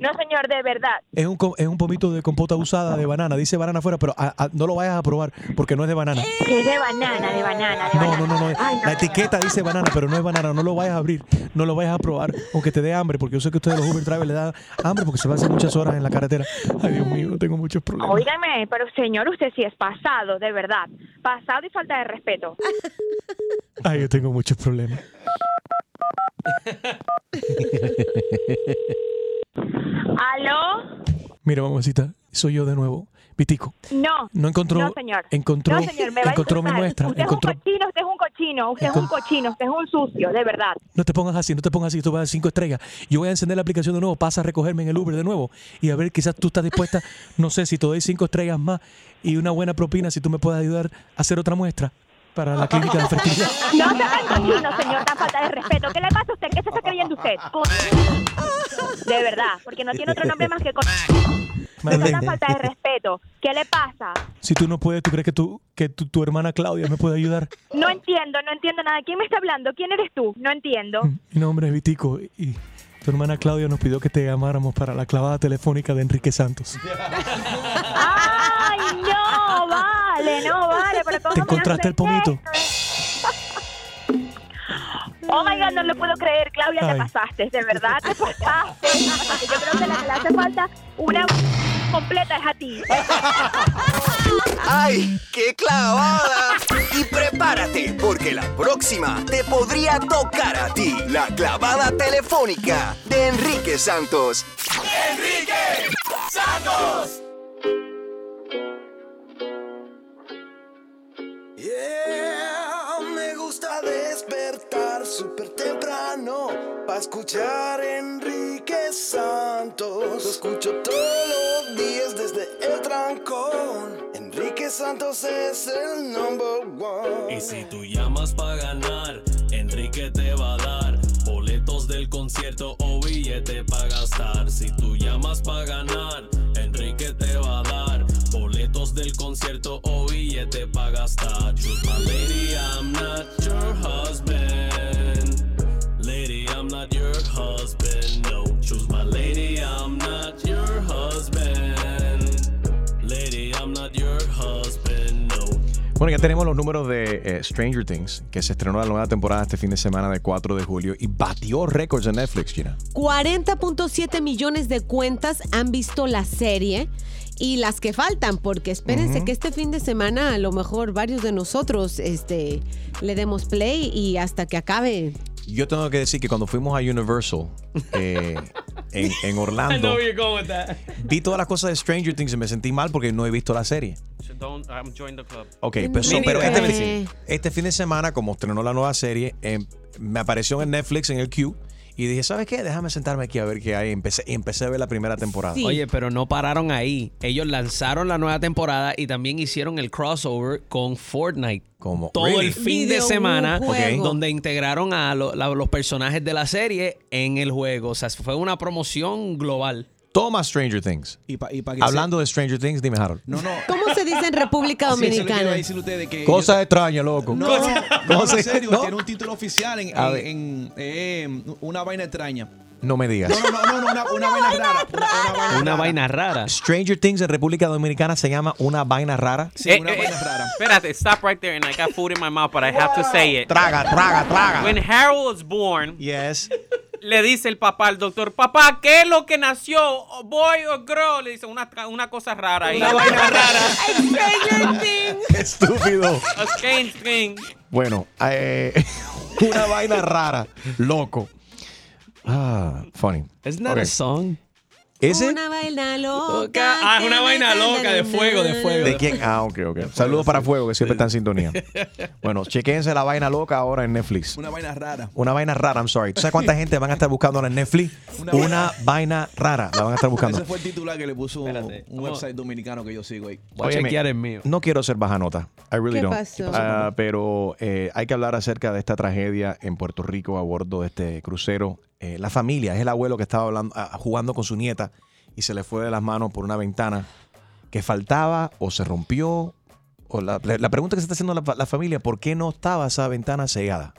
No, señor, de verdad. es un, co- es un pomito de compota usada de banana. Dice banana afuera, pero a- a- no lo vayas a probar porque no es de banana. Que es de banana, de banana, de No, banana. no, no, no. La etiqueta dice banana, pero no es banana. No lo vayas a abrir, no lo vayas a probar, aunque te dé hambre, porque yo sé que a ustedes los Uber Drivers le da hambre porque se pasan muchas horas en la carretera. Ay, Dios mío, tengo muchos problemas. Óigame, pero señor, usted sí es pasado, de verdad. Pasado y falta de respeto. Ay, yo tengo muchos problemas. ¿Aló? Mira, mamacita, soy yo de nuevo, Vitico. No. No encontró. No, señor. Encontró. No, señor, me va a encontró mi insultar. muestra. Usted encontró. es un cochino, usted es un cochino, usted es un cochino, usted es un sucio, de verdad. No te pongas así, no te pongas así, tú vas a cinco estrellas. Yo voy a encender la aplicación de nuevo, pasa a recogerme en el Uber de nuevo y a ver, quizás tú estás dispuesta, no sé, si te doy cinco estrellas más y una buena propina, si tú me puedes ayudar a hacer otra muestra para la clínica de fertilidad. No se tan cochino, señor, tan falta de respeto. ¿Qué le pasa a usted? ¿Qué se está creyendo usted? Co- De verdad, porque no tiene otro nombre más que cochino. Eso es una falta de respeto. ¿Qué le pasa? Si tú no puedes, ¿tú crees que, tú, que tu, tu hermana Claudia me puede ayudar? No entiendo, no entiendo nada. ¿Quién me está hablando? ¿Quién eres tú? No entiendo. Mi nombre es Vitico y tu hermana Claudia nos pidió que te llamáramos para la clavada telefónica de Enrique Santos. ¡Ay, no! Vale, no, vale, pero ¿cómo ¿Te me encontraste haces el pomito? Oh my god, no lo puedo creer, Claudia, Ay. te pasaste, de verdad te pasaste. Yo creo que la que le hace falta una completa es a ti. ¡Ay, qué clavada! Y prepárate, porque la próxima te podría tocar a ti la clavada telefónica de Enrique Santos. ¡Enrique Santos! Yeah, me gusta despertar súper temprano para escuchar Enrique Santos. Lo escucho todos los días desde el trancón. Enrique Santos es el number one. Y si tú llamas para ganar, Enrique te va a dar boletos del concierto o billete para gastar. Si tú llamas para ganar, Enrique te va a dar boletos del concierto o billete para gastar. Truth, my lady, I'm not your husband. Lady, I'm not your husband. No, choose my lady, I'm not your husband. Lady, I'm not your husband. No, Bueno, ya tenemos los números de eh, Stranger Things, que se estrenó la nueva temporada este fin de semana de 4 de julio y batió récords en Netflix, Gina. 40.7 millones de cuentas han visto la serie y las que faltan, porque espérense Ujú. que este fin de semana a lo mejor varios de nosotros este, le demos play y hasta que acabe. Yo tengo que decir que cuando fuimos a Universal eh, en, en I Orlando, know you're going with that. vi todas las cosas de Stranger Things y me sentí mal porque no he visto la serie. So don't um, join the club. Ok, pues, so- Me pero neither. este, fin- este fin de semana, como estrenó la nueva serie, em, me apareció en Netflix en el queue y dije, ¿sabes qué? Déjame sentarme aquí a ver qué hay. Empecé, empecé a ver la primera temporada. Oye, pero no pararon ahí. Ellos lanzaron la nueva temporada y también hicieron el crossover con Fortnite. Como todo really? el fin de Videojuego. semana, Ok. donde integraron a lo- la- los personajes de la serie en el juego. O sea, fue una promoción global. Toma Stranger Things. Y pa- y pa' que Hablando de Stranger Things, dime, Harold. ¿Cómo se dice en República Sí, eso le quiero Dominicana? decir a ustedes que Cosa extraña, loco. No, no, no, Cosa- en serio, ¿no? tiene un título oficial en, A en- ver. en, eh, una vaina extraña. No me digas. No, no, no, no, una, una vaina rara. Una vaina rara. Stranger Things en República Dominicana se llama una vaina rara. Eh, eh, Espérate, stop right there, and I got food in my mouth, but I have to say it. Traga, traga, traga. When Harold was born, yes. le dice el papá al doctor, papá, ¿qué es lo que nació? ¿Boy o girl? Le dice una, una cosa rara. ahí. Una vaina rara. Stranger Things. Estúpido. A strange thing. Bueno, eh, una vaina rara, loco. Ah, funny. Isn't that a song? ¿Es it? Una vaina loca. Ah, es que una me vaina encanta. loca de fuego, de fuego. ¿De quién? Ah, ok, ok. Saludos para Fuego, que siempre está en sintonía. Bueno, chequense la vaina loca ahora en Netflix. Una vaina rara. Una vaina rara, I'm sorry. ¿Tú sabes cuánta gente van a estar buscando ahora en Netflix? Una, vaina rara. La van a estar buscando. Ese fue el titular que le puso un, un website dominicano que yo sigo ahí. Óyeme, No quiero ser baja nota. I really ¿Qué don't. pasó? ¿Qué pasó? Ah, pero eh, hay que hablar acerca de esta tragedia en Puerto Rico a bordo de este crucero. Eh, la familia, es el abuelo que estaba hablando- ah, jugando con su nieta y se le fue de las manos por una ventana que faltaba o se rompió. O la, la- la pregunta que se está haciendo la, fa- la familia, ¿por qué no estaba esa ventana cegada?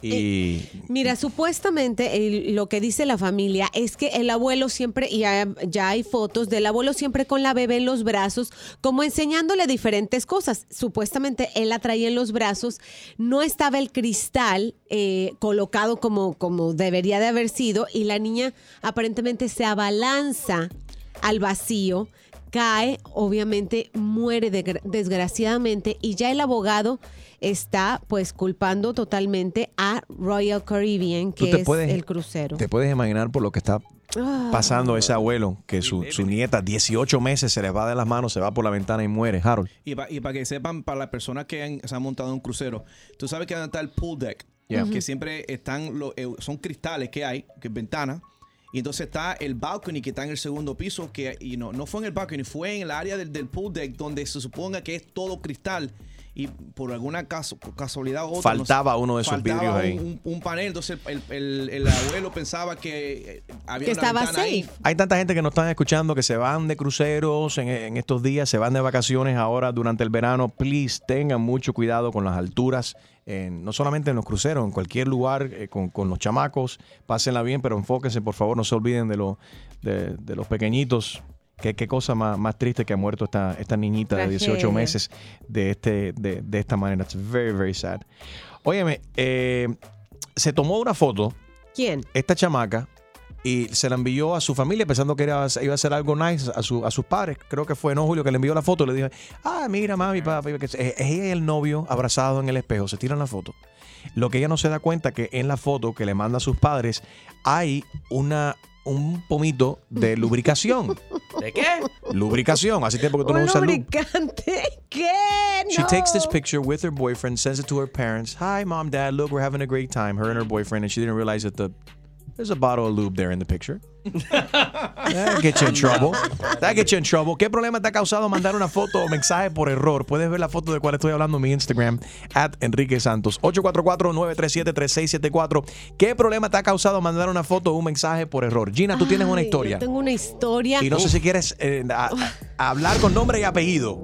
Y Eh, Mira, supuestamente el- lo que dice la familia es que el abuelo siempre, y ya, ya hay fotos del abuelo siempre con la bebé en los brazos, como enseñándole diferentes cosas. Supuestamente él la traía en los brazos, no estaba el cristal eh, colocado como, como debería de haber sido, y la niña aparentemente se abalanza al vacío, cae, obviamente muere de- desgraciadamente y ya el abogado está pues culpando totalmente a Royal Caribbean, Tú que te es puedes- el crucero. te puedes imaginar por lo que está Ah. pasando ese abuelo, que su, su nieta, 18 meses, se le va de las manos, se va por la ventana y muere, Harold. Y para que sepan, para las personas que han- se han montado en un crucero, tú sabes que está el pool deck, Yeah. que Ujú. siempre están, lo- eh, son cristales que hay, que es ventana. Y entonces está el balcony que está en el segundo piso, que y no, no fue en el balcony, fue en el área del, del pool deck donde se suponga que es todo cristal. Y por alguna caso, por casualidad o otra. no sé, Faltaba uno de esos faltaba vidrios ahí. Un, un panel, entonces el, el- el- el abuelo pensaba que eh, había Que una estaba ventana ahí. Hay tanta gente que nos están escuchando que se van de cruceros en, en estos días, se van de vacaciones ahora durante el verano. Please tengan mucho cuidado con las alturas, en- no solamente en los cruceros, en cualquier lugar, eh, con, con los chamacos. Pásenla bien, pero enfóquense, por favor, no se olviden de, lo- de, de los pequeñitos. Qué, qué cosa más, más triste que ha muerto esta, esta niñita de 18 Tragedia. meses de, este, de, de esta manera. It's very, very sad. Óyeme, eh, se tomó una foto ¿Quién? esta chamaca y se la envió a su familia pensando que era- iba a hacer algo nice a, su- a sus padres. Creo que fue, ¿no, Julio? Que le envió la foto y le dijo, ah, mira, mami, papi. que es es ella y el novio abrazados en el espejo. Se tiran la foto. Lo que ella no se da cuenta que en la foto que le manda a sus padres hay una, un pomito de lubricación. ¿De qué? lubricación. Hace tiempo que tú no Un usas lub. lubricante. ¿Qué? She No. takes this picture with her boyfriend, sends it to her parents. Hi, mom, dad. Look, we're having a great time. Her and her boyfriend, and she didn't realize that the there's a bottle of lube there in the picture. That get you in trouble. That get you in trouble. ¿Qué problema te ha causado mandar una foto o mensaje por error? Puedes ver la foto de cuál estoy hablando en mi Instagram, at Enrique Santos. 844-937-3674. ¿Qué problema te ha causado mandar una foto o un mensaje por error? Gina, tú tienes una Ay, historia. yo tengo una historia. Y no sé si quieres eh, a- a- hablar con nombre y apellido.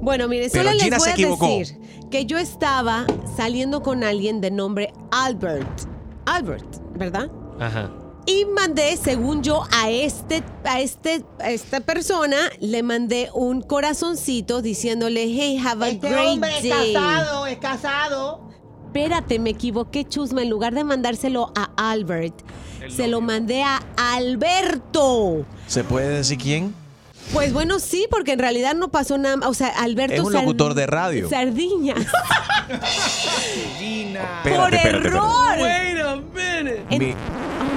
Bueno, mire, Pero solo les Gina voy se a equivocó. decir que yo estaba saliendo con alguien de nombre Albert. Albert, ¿verdad? Ajá. Y mandé, según yo, a este, a este, a esta persona, le mandé un corazoncito diciéndole, hey, have a Este great hombre es day. casado, es casado. Espérate, me equivoqué, chusma. En lugar de mandárselo a Albert, El se lo mandé a Alberto. ¿Se puede decir quién? Pues bueno, sí, porque en realidad no pasó nada. O sea, Alberto Es un Sar- locutor de radio. Sardiña. Espérate, espérate, error. Wait a minute. Mi-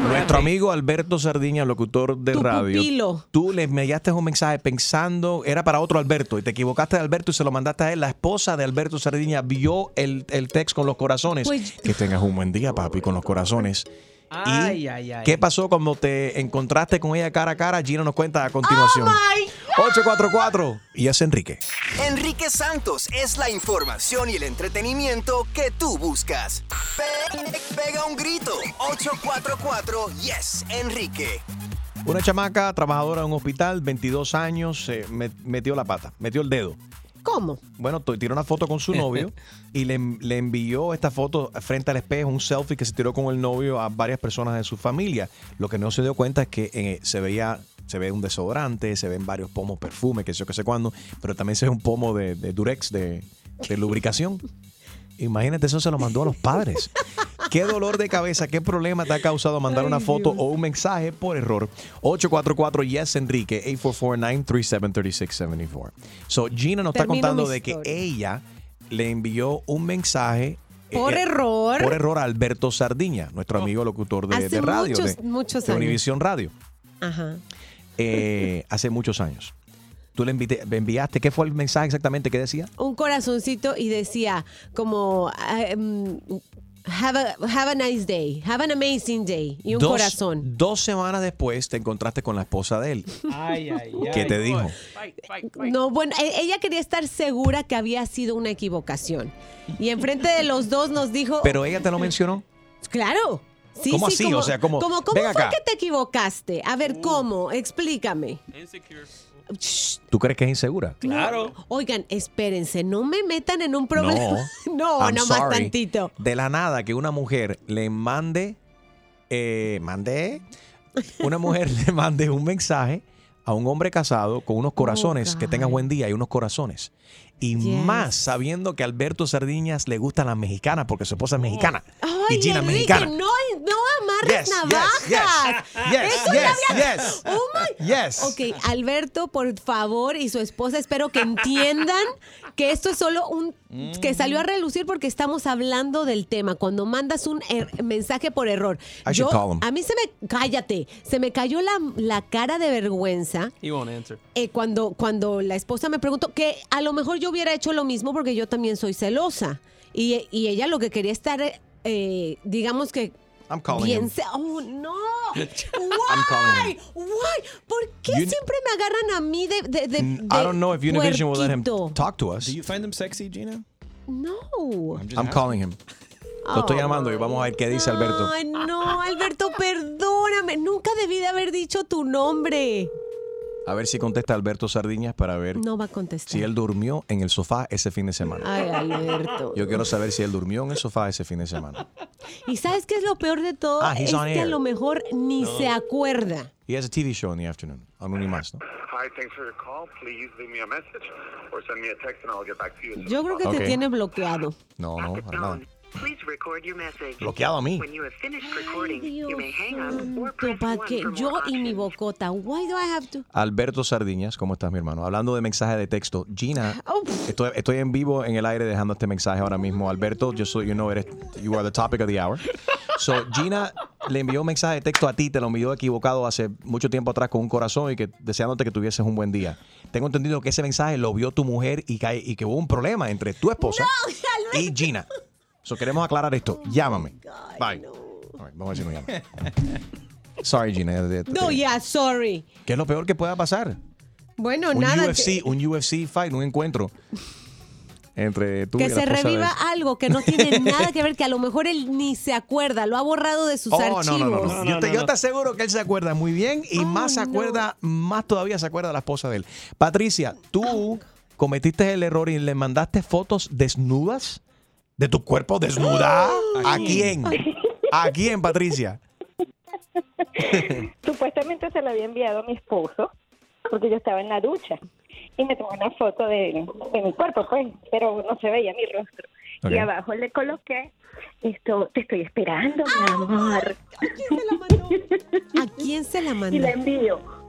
nuestro amigo Alberto Sardiña, locutor de radio. pupilo. Tú le enviaste un mensaje pensando, era para otro Alberto, y te equivocaste de Alberto y se lo mandaste a él. La esposa de Alberto Sardiña vio el, el text con los corazones. Pues- que tengas un buen día, papi, con los corazones. Ay, ay, ay. ¿Qué pasó cuando te encontraste con ella cara a cara? Gina nos cuenta a continuación. Oh 844 y es Enrique. Enrique Santos es la información y el entretenimiento que tú buscas. Pe- pega un grito. 844 Yes, Enrique. eh, Una chamaca trabajadora en un hospital, 22 años, se met- metió la pata, metió el dedo. ¿Cómo? Bueno, to- tiró una foto con su novio y le, en- le envió esta foto frente al espejo, un selfie que se tiró con el novio a varias personas de su familia. Lo que no se dio cuenta es que eh, se veía se ve un desodorante, se ven varios pomos perfume, que sé yo, que sé cuándo, pero también se ve un pomo de, de Durex, de, de lubricación. Imagínate, eso se lo mandó a los padres. ¿Qué dolor de cabeza, qué problema te ha causado mandar una foto o un mensaje por error? 844-YES-ENRIQUE, 844-937-3674. So, Gina nos está Termino contando mi de que historia. ella le envió un mensaje. eh, Por error. Oh. Por error a Alberto Sardiña, nuestro amigo locutor de, Hace de radio. muchos- de, muchos de años. Univisión Radio. Ajá. eh, hace muchos años. Tú le, invité- le enviaste, ¿qué fue el mensaje exactamente? ¿Qué decía? un corazoncito y decía como ah, mm, have, a, have a nice day, have an amazing day y un Dos- corazón. Dos semanas después te encontraste con la esposa de él. Ay, ay, ¿Qué te dijo? No, bueno, e- ella quería estar segura que había sido una equivocación. Y enfrente de los dos nos dijo, Pero ella te lo mencionó. claro. Sí, ¿Cómo sí, así? Como, O sea, ¿cómo? como, ¿cómo Ven fue acá. que te equivocaste? A ver, ¿cómo? Explícame. Shh, ¿Tú crees que es insegura? no. Oigan, espérense, no me metan en un problema. No, I'm no más sorry. tantito. De la nada que una mujer le mande, eh, mande, una mujer le mande un mensaje a un hombre casado con unos corazones, que tengas buen día y unos corazones. Y Yes. más sabiendo que a Alberto Sardiñas le gustan las mexicanas porque su esposa es mexicana Ay, y Gina es Enrique, mexicana. No, no Yes, amarres yes, navajas. yes, yes, Eso ya había- yes. Oh my. Yes. Ok, Alberto, por favor, y su esposa, espero que entiendan que esto es solo un que salió a relucir porque estamos hablando del tema. Cuando mandas un er- mensaje por error, I should call him. a mí se me cállate, se me cayó la, la cara de vergüenza. He won't answer. eh, cuando, cuando la esposa me preguntó que a lo mejor yo hubiera hecho lo mismo porque yo también soy celosa. Y, y ella lo que quería estar, eh, eh, digamos que... I'm calling bien him. ce- Oh, no. I'm calling Why? Why? ¿Por qué You- siempre me agarran a mí de... de, de- I de don't know if Univision will let him puerquito? talk to us. Do you find them sexy, Gina? No. I'm calling him. Lo estoy llamando y vamos a ver qué dice Alberto. Oh. Ay, no, Alberto, perdóname. Nunca debí de haber dicho tu nombre. A ver si contesta Alberto Sardiñas para ver No va a contestar. si él durmió en el sofá ese fin de semana. Ay, Alberto. Yo quiero saber si él durmió en el sofá ese fin de semana. ¿Y sabes qué es lo peor de todo? Ah, he's es on que a air. lo mejor ni No. se acuerda. He has a TV show in the afternoon. On Unimás, ¿no? Hi, thanks for your call. Please leave me a message or send me a text and I'll get back to you. as soon Yo as creo que possible. te tiene bloqueado. No, no, para nada. Please record your message. Bloqueado a mí. When you have finished recording, you may hang up or ¿Para qué? Yo y mi bocota. Why do I have to? Alberto Sardiñas, ¿cómo estás, mi hermano? Hablando de mensaje de texto, Gina, Oh, pff. estoy, estoy en vivo en el aire dejando este mensaje ahora mismo. Alberto, yo soy, you know, eres, you are the topic of the hour. So, Gina le envió un mensaje de texto a ti, te lo envió equivocado hace mucho tiempo atrás con un corazón y que deseándote que tuvieses un buen día. Tengo entendido que ese mensaje lo vio tu mujer y que, hay- y que hubo un problema entre tu esposa y Gina. So, queremos aclarar esto. Llámame. Bye. All right, vamos a ver si me llama. Sorry, Gina. eh, eh, No, yeah, sorry. ¿Qué es lo peor que pueda pasar? Bueno, un nada. UFC, que- un UFC fight, un encuentro entre tú que y la se esposa de- reviva algo que no tiene nada que ver, que a lo mejor él ni se acuerda, lo ha borrado de sus Oh, no, archivos. no, no, no. Yo, te, yo te aseguro que él se acuerda muy bien y más se acuerda, más todavía se acuerda de la esposa de él. Patricia, tú cometiste el error y le mandaste fotos desnudas de tu cuerpo desnuda. ¿A quién? ¿A quién, Patricia? Supuestamente se lo había enviado a mi esposo porque yo estaba en la ducha y me tomó una foto de, de mi cuerpo, pues, pero no se veía mi rostro. Ok. Y abajo le coloqué esto, te estoy esperando, mi amor. ¿A quién se la mandó? Y la envío.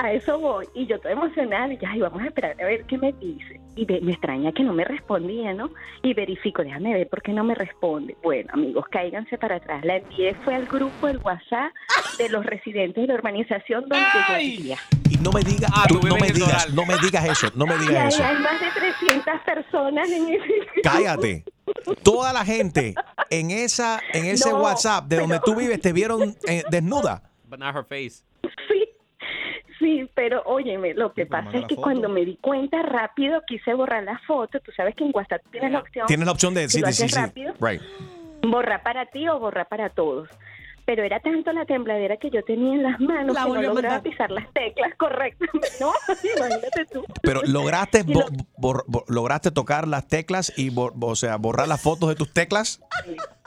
A eso voy. Y yo estoy emocionada. Y ya, ay, vamos a esperar a ver qué me dice. Y ve- me extraña que no me respondía, ¿no? Y verifico, déjame ver por qué no me responde. Bueno, amigos, cáiganse para atrás. La envié fue al grupo del WhatsApp de los residentes de la urbanización donde yo vivía. Y no me digas, tú no me digas, no me digas eso, no me Y ahí digas eso. hay más de 300 personas en ese Cállate. Toda la gente en esa en ese No, WhatsApp de donde pero- tú vives te vieron eh, desnuda. But not her face. Sí, pero óyeme, lo que pasa mandó es Pues la que foto. cuando me di cuenta rápido quise borrar la foto. Tú sabes que en WhatsApp tienes la opción. Tienes la opción de si decir, lo sí, sí, haces sí. rápido, Right. borrar para ti o borrar para todos. pero era tanto la tembladera que yo tenía en las manos La que no volvió a lograba mandar. pisar las teclas correctamente. No, imagínate tú. Pero lograste, bo- bor- bo- lograste tocar las teclas y bor- o sea, borrar las fotos de tus teclas.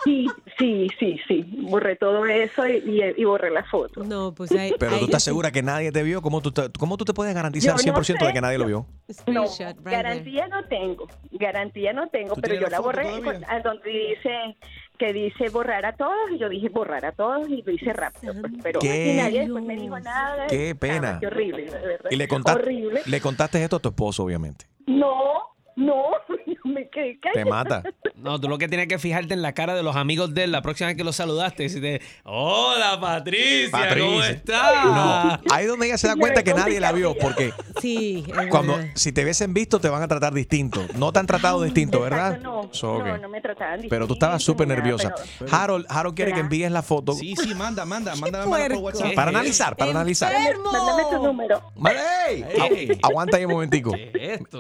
Sí, sí, sí, sí. Borré todo eso y, y- y borré la foto. No, pues Pero tú estás segura que nadie te vio. ¿Cómo tú te, cómo tú te puedes garantizar Yo no 100% de sé. que nadie lo vio? No, Screenshot right garantía no tengo, garantía no tengo, ¿Tú pero yo tienes la la, foto borré todavía? con- a donde dice que dice borrar a todos y yo dije borrar a todos y lo hice rápido, pues, pero ¿Qué? y nadie después me dijo nada. Qué pena. Qué horrible, de verdad. Y le contaste, Horrible. le contaste esto a tu esposo, obviamente. No, no, yo me quedé callada. Te mata. No, tú lo que tienes que fijarte en la cara de los amigos de él la próxima vez que los saludaste. Decirte, hola Patricia, ¿cómo Patricia. estás? No, ahí es donde ella se da cuenta que nadie la vio, porque Sí, es cuando Eh. verdad. si te hubiesen visto te van a tratar distinto. No te han tratado distinto, ¿verdad? No, So, ok. no, no me trataban Pero tú estabas súper nerviosa. pero- Harold, Harold quiere que Claro. envíes la foto. Sí, sí, manda, manda, manda, por puerco. WhatsApp. Eh, Para analizar, para analizar. Mándame tu número. Vale, ey, Ey. agu- aguanta ahí un momentico.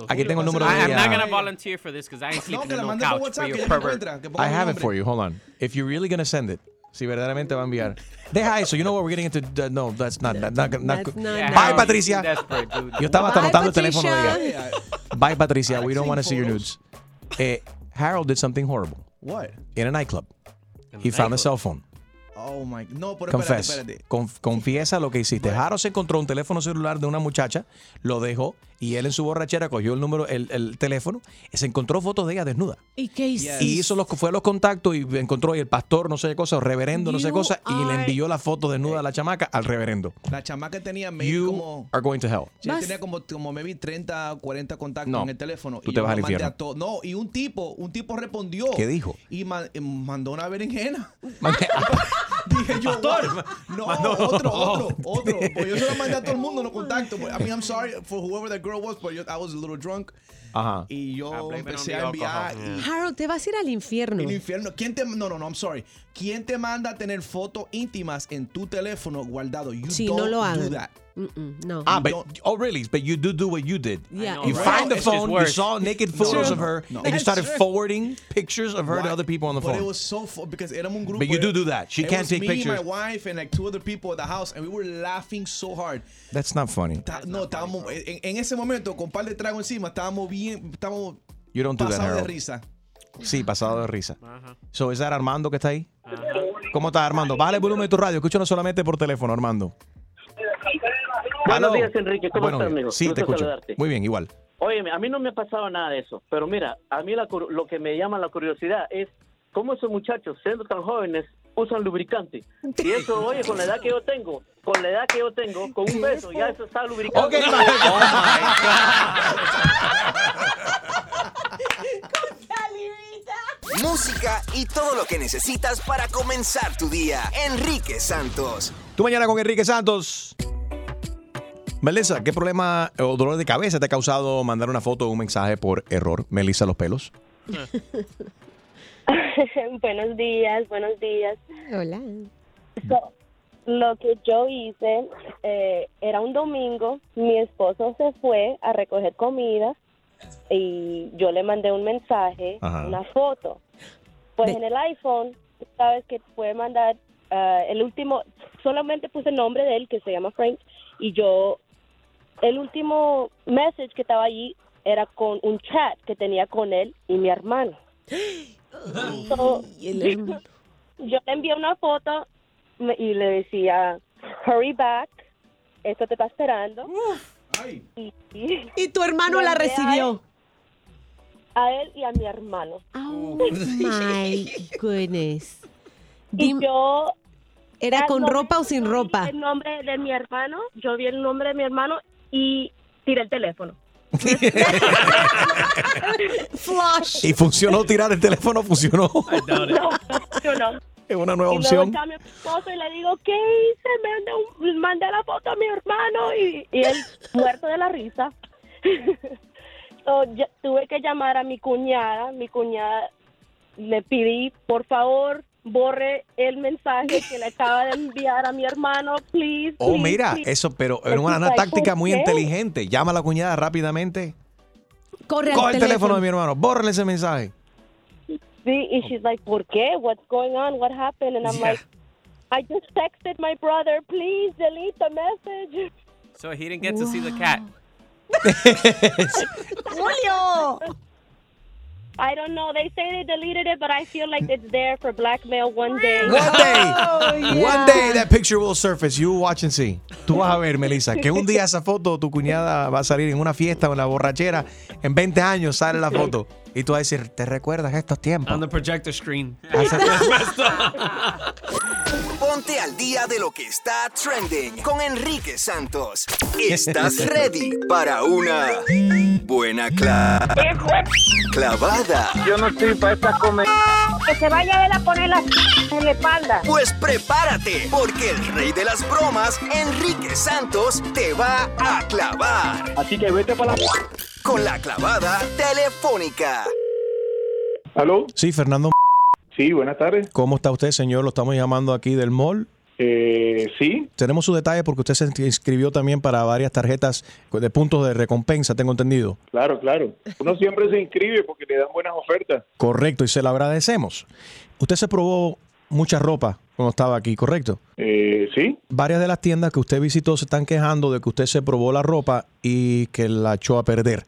Aquí tengo el número de Ah, I am not ella. gonna volunteer for this because I ain't sleeping que la in no mande por couch WhatsApp, for you, que ya la pervert. encuentra, que I have it for you. Hold on. If you're really gonna send it, si verdaderamente va a enviar. Deja eso. You know what we're getting into? uh, no, that's not. not, not, not- That's not Bye, nice. Patricia. Yo estaba hasta Bye, anotando el teléfono de Eh, Patricia. ella. Bye, Patricia. We don't want to see your nudes. Eh, Harold did something horrible What? in a nightclub. He found a cell phone. Oh my. No, pero Confess. espérate, espérate. Conf- confiesa lo que hiciste. Harold se encontró un teléfono celular de una muchacha, lo dejó y él en su borrachera cogió el número, el, el teléfono, y se encontró fotos de ella desnuda. ¿Y qué hiciste? Y hizo los, fue a los contactos y encontró y el pastor, no sé qué cosa, o reverendo, no sé qué You cosa, y le are- envió la foto desnuda a la chamaca al reverendo. La chamaca tenía maybe You como. are going to hell. Sí, tenía como, como maybe 30, 40 contactos No, en el teléfono. tú y te yo vas lo al mandé infierno. a to- No, y un tipo, un tipo respondió. ¿Qué dijo? Y ma- eh, mandó una berenjena. Dije yo, "What?" No, mandó- otro, otro, otro. Pues yo se lo mandé a todo el mundo, no contacto. Pues, I mean, I'm sorry for whoever that girl was, but yo- I was a little drunk. Ajá. Y yo blame it Oh, empecé on the a enviar. alcohol, y- Harold, te vas a ir al infierno. el infierno. ¿Quién te, no, no, no, I'm sorry. ¿Quién te manda a tener fotos íntimas en tu teléfono guardado? You Sí, don't no lo do hagan. that. Mm-mm, no. Ah, but oh really? But you do do what you did. Yeah. know, You right? find the It's just phone, you worse. saw naked No, photos no, of her, no. and you That's started true. forwarding pictures of her to other people on the But it phone. was so fu- because éramos un grupo. But you do do that. She It can't was take me, pictures. my wife, and like two other people at the house, and we were laughing so hard. That's not funny. Ta- no, estábamos en, en ese momento con un par de trago encima, estábamos bien, estábamos You don't do that, pasados de Harold. risa. Sí, pasado de risa. So, ¿es that Armando que está ahí? ¿Cómo estás, Armando? Baja el volumen de tu radio. Escúchanos solamente por teléfono, Armando. Buenos Aló. días, Enrique. ¿Cómo Buenos estás, días. amigo? Sí, Gusto te escucho. saludarte. Muy bien, igual. Oye, a mí no me ha pasado nada de eso, pero mira, a mí la cur- lo que me llama la curiosidad es cómo esos muchachos, siendo tan jóvenes, usan lubricante. Y eso, oye, con la edad que yo tengo, con la edad que yo tengo, con un beso, ya eso está Oh lubricado. Ok, va. Música y todo lo que necesitas para comenzar tu día. Enrique Santos. Tú mañana con Enrique Santos. Melissa, ¿qué problema o dolor de cabeza te ha causado mandar una foto o un mensaje por error? Melissa, los pelos. buenos días, buenos días. Hola. So, lo que yo hice eh, era un domingo, mi esposo se fue a recoger comida y yo le mandé un mensaje, Ajá. una foto. Pues en el iPhone, tú sabes que puede mandar ah, el último, solamente puse el nombre de él que se llama Frank y yo, el último message que estaba allí era con un chat que tenía con él y mi hermano. So, yo le envié una foto me- y le decía, hurry back, esto te está esperando. Y, Y tu hermano la mandé a recibió. él- A él, y a mi hermano. My goodness. y yo... ¿Era al con momento ropa o sin yo vi ropa? El nombre de mi hermano, yo vi el nombre de mi hermano y tiré el teléfono. Flush. Y funcionó tirar el teléfono, funcionó. No, no, no. Es una nueva y opción. Luego cambio mi esposo y le digo, ¿qué hice? Mandé, un- mandé la foto a mi hermano y, y él muerto de la risa. So, ya- tuve que llamar a mi cuñada. Mi cuñada le pedí, por favor, borre el mensaje que le acaba de enviar a mi hermano, please. Oh, please, mira, please". eso, pero Es era una, que, una ¿por táctica muy qué? inteligente. Llama a la cuñada rápidamente. Corre Coge el teléfono de mi hermano, bórrale ese mensaje. Sí, y she's like, ¿por qué? What's going on? What happened? And I'm like, I just texted my brother, please delete the message. So he didn't get to see the cat. Julio! I don't know. They say they deleted it, but I feel like it's there for blackmail one day. One day. Eh. One day that picture will surface. You watch and see. Tú vas a ver, Melissa, que un día esa foto tu cuñada va a salir en una fiesta o en la borrachera. En 20 años sale la foto. Y tú vas a decir, ¿te recuerdas estos tiempos? On the projector screen. Ponte al día de lo que está trending con Enrique Santos. ¿Estás ready para una buena cla- clavada? Yo no estoy para esta Que se vaya él a poner la en la espalda. Pues prepárate, porque el rey de las bromas, Enrique Santos, te va a clavar. Así que vete para la... Con la clavada telefónica. ¿Aló? Sí, Fernando. Sí, buenas tardes. ¿Cómo está usted, señor? Lo estamos llamando aquí del mall. Eh, sí. Tenemos su detalle porque usted se inscribió también para varias tarjetas de puntos de recompensa, tengo entendido. Claro, claro. Uno siempre se inscribe porque le dan buenas ofertas. Correcto, y se lo agradecemos. Usted se probó mucha ropa cuando estaba aquí, ¿correcto? Eh, sí. Varias de las tiendas que usted visitó se están quejando de que usted se probó la ropa y que la echó a perder.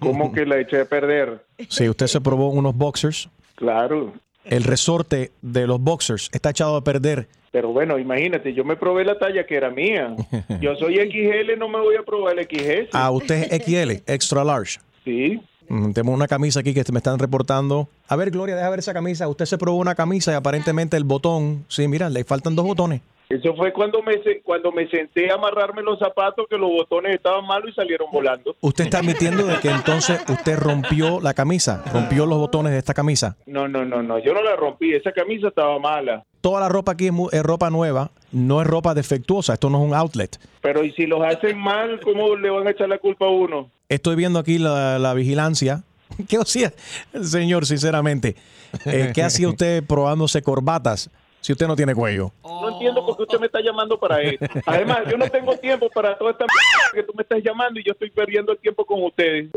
¿Cómo que la eché a perder? Sí, usted se probó unos boxers. Claro. El resorte de los boxers está echado a perder. Pero bueno, imagínate, yo me probé la talla que era mía. Yo soy XL, no me voy a probar el XS. Ah, usted es XL, extra large. Sí. Mm, Tengo una camisa aquí que me están reportando. A ver, Gloria, deja ver esa camisa. Usted se probó una camisa y aparentemente el botón. Sí, mira, le faltan dos botones. Eso fue cuando me se- cuando me senté a amarrarme los zapatos que los botones estaban malos y salieron volando. Usted está admitiendo de que entonces usted rompió la camisa, rompió los botones de esta camisa. No, no, no, no, yo no la rompí, esa camisa estaba mala. Toda la ropa aquí es, mu- es ropa nueva, no es ropa defectuosa. Esto no es un outlet. Pero y si los hacen mal, ¿cómo le van a echar la culpa a uno? Estoy viendo aquí la, la vigilancia. ¿Qué hacía el señor, sinceramente? Eh, ¿Qué hacía usted probándose corbatas si usted no tiene cuello? No entiendo por qué usted me está llamando para esto. Además, yo no tengo tiempo para toda esta mierda que tú me estás llamando y yo estoy perdiendo el tiempo con ustedes.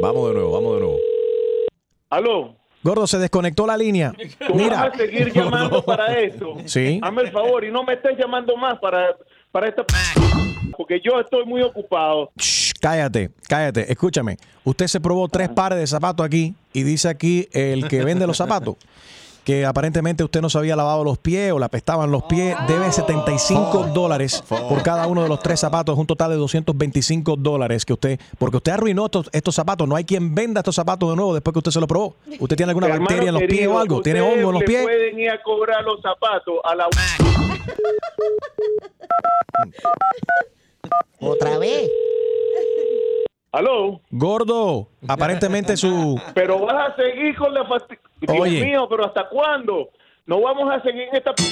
Vamos de nuevo, vamos de nuevo. Aló. Gordo, se desconectó la línea. Tú Mira. vas a seguir llamando para esto. Sí. Hazme el favor y no me estés llamando más para, para esta p- porque yo estoy muy ocupado. Shh, Cállate, cállate, escúchame. Usted se probó tres Ah. pares de zapatos aquí y dice aquí el que vende los zapatos que aparentemente usted no se había lavado los pies o le apestaban los pies. Oh. Debe 75 dólares por cada uno de los tres zapatos, un total de 225 dólares que usted, porque usted arruinó estos, estos zapatos. No hay quien venda estos zapatos de nuevo después que usted se los probó. ¿Usted tiene alguna Hermano bacteria en los pies querido, o algo? ¿Tiene ustedes hongo en los le pies? pueden ir a cobrar los zapatos a la Otra vez. Aló. Gordo, aparentemente su... Pero vas a seguir con la fasti- Oye. Dios mío, pero ¿hasta cuándo? No vamos a seguir en esta p-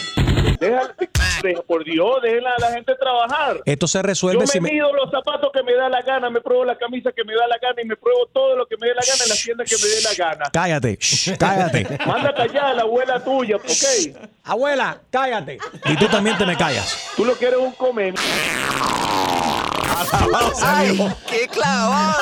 Deja- de- por Dios, déjenla a la gente trabajar. Esto se resuelve Yo si me me- mido los zapatos que me da la gana, me pruebo la camisa que me da la gana y me pruebo todo lo que me dé la gana en la tienda que me dé la gana. Cállate, shh, cállate. Mándate allá a la abuela tuya, ¿ok? Abuela, cállate. Y tú también te me callas. Tú lo que eres un come. ¡Ay, qué clavada!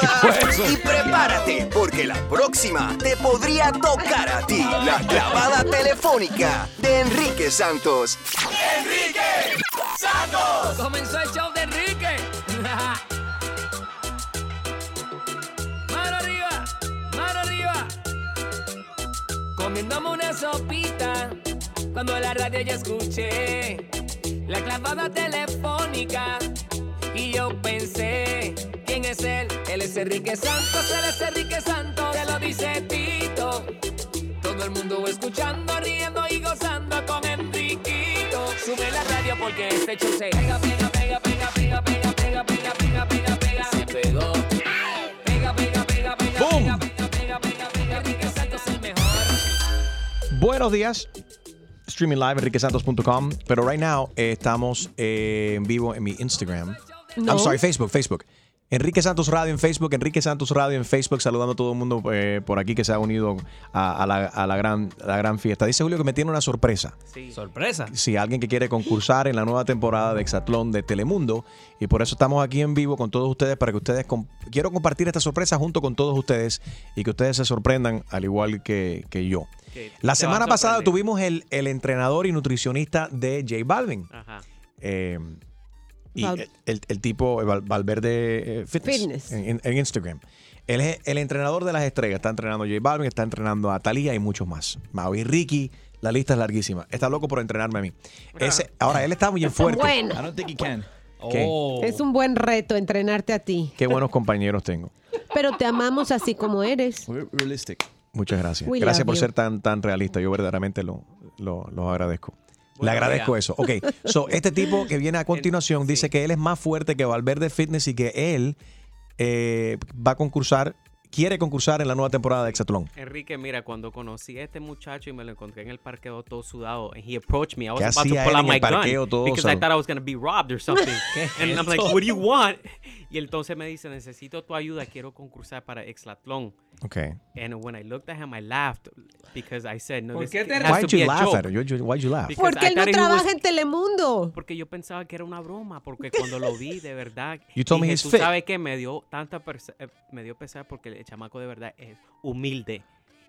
Y prepárate, porque la próxima te podría tocar a ti la clavada telefónica de Enrique Santos. ¡Enrique Santos! Comenzó el show de Enrique. mano arriba, mano arriba. Comiéndome una sopita cuando la radio ya escuché. La clavada telefónica y yo pensé, ¿quién es él? Él es Enrique Santos, él es Enrique Santos, te lo dice Tito. Todo el mundo escuchando, riendo y gozando con Enriquito. Sube la radio porque este show se pega, pega, pega, pega, pega, pega, pega, pega, pega, pega, pega. Se pegó. Pega, pega, pega, pega, pega, pega, pega, pega, pega. Enrique Santos el mejor. Buenos días. Streaming live, enriquesantos.com. Pero right now eh, estamos eh, en vivo en mi Instagram. No. I'm sorry, Facebook, Facebook. Enrique Santos Radio en Facebook, Enrique Santos Radio en Facebook, saludando a todo el mundo eh, por aquí que se ha unido a, a la, a la gran, a la gran fiesta. Dice Julio que me tiene una sorpresa. Sorpresa. Si alguien que quiere concursar en la nueva temporada de Exatlón de Telemundo. Y por eso estamos aquí en vivo con todos ustedes para que ustedes... com- Quiero compartir esta sorpresa junto con todos ustedes y que ustedes se sorprendan al igual que, que yo. La Te va a semana pasada sorprender. tuvimos el, el entrenador y nutricionista de J Balvin. Ajá. Eh, y Val- el- el, el tipo, eh, Val- Valverde eh, Fitness, Fitness. En, en- en Instagram. Él es el entrenador de las estrellas. Está entrenando a J Balvin, está entrenando a Talía y muchos más. Mavi Ricky, la lista es larguísima. Está loco por entrenarme a mí. Ese- ahora, él está bien fuerte. Pues, Bueno. I don't think he can. Oh. ¿Qué? Oh. Es un buen reto entrenarte a ti. Qué buenos compañeros tengo. Pero te amamos así como eres. Realistic. Muchas gracias. We gracias love por you. ser tan, tan realista. Yo verdaderamente lo, lo, lo agradezco. Le Buena agradezco idea. eso. Ok, so, este tipo que viene a continuación dice que él es más fuerte que Valverde Fitness y que él eh, va a concursar, quiere concursar en la nueva temporada de Exatlón. Enrique, mira, cuando conocí a este muchacho y me lo encontré en el parqueo todo sudado, and he approached me, I was ¿Qué about to hacía pull él out en el my parqueo gun todo because I sudado? thought I was going to be robbed or something. ¿Qué and es I'm like, esto? what do you want? Y entonces me dice, necesito tu ayuda, quiero concursar para Exlatlón. Okay. And when I looked at him, I laughed because I said, no, ¿Por this qué te it has Why to you be a laugh joke. at her? You- you- why you laugh? Because Porque I él no thought he was- trabaja en Telemundo. Porque yo pensaba que era una broma, porque cuando lo vi de verdad, You told me dije, he's tú fit." sabes que me dio tanta perse- eh, me dio pesar porque el chamaco de verdad es humilde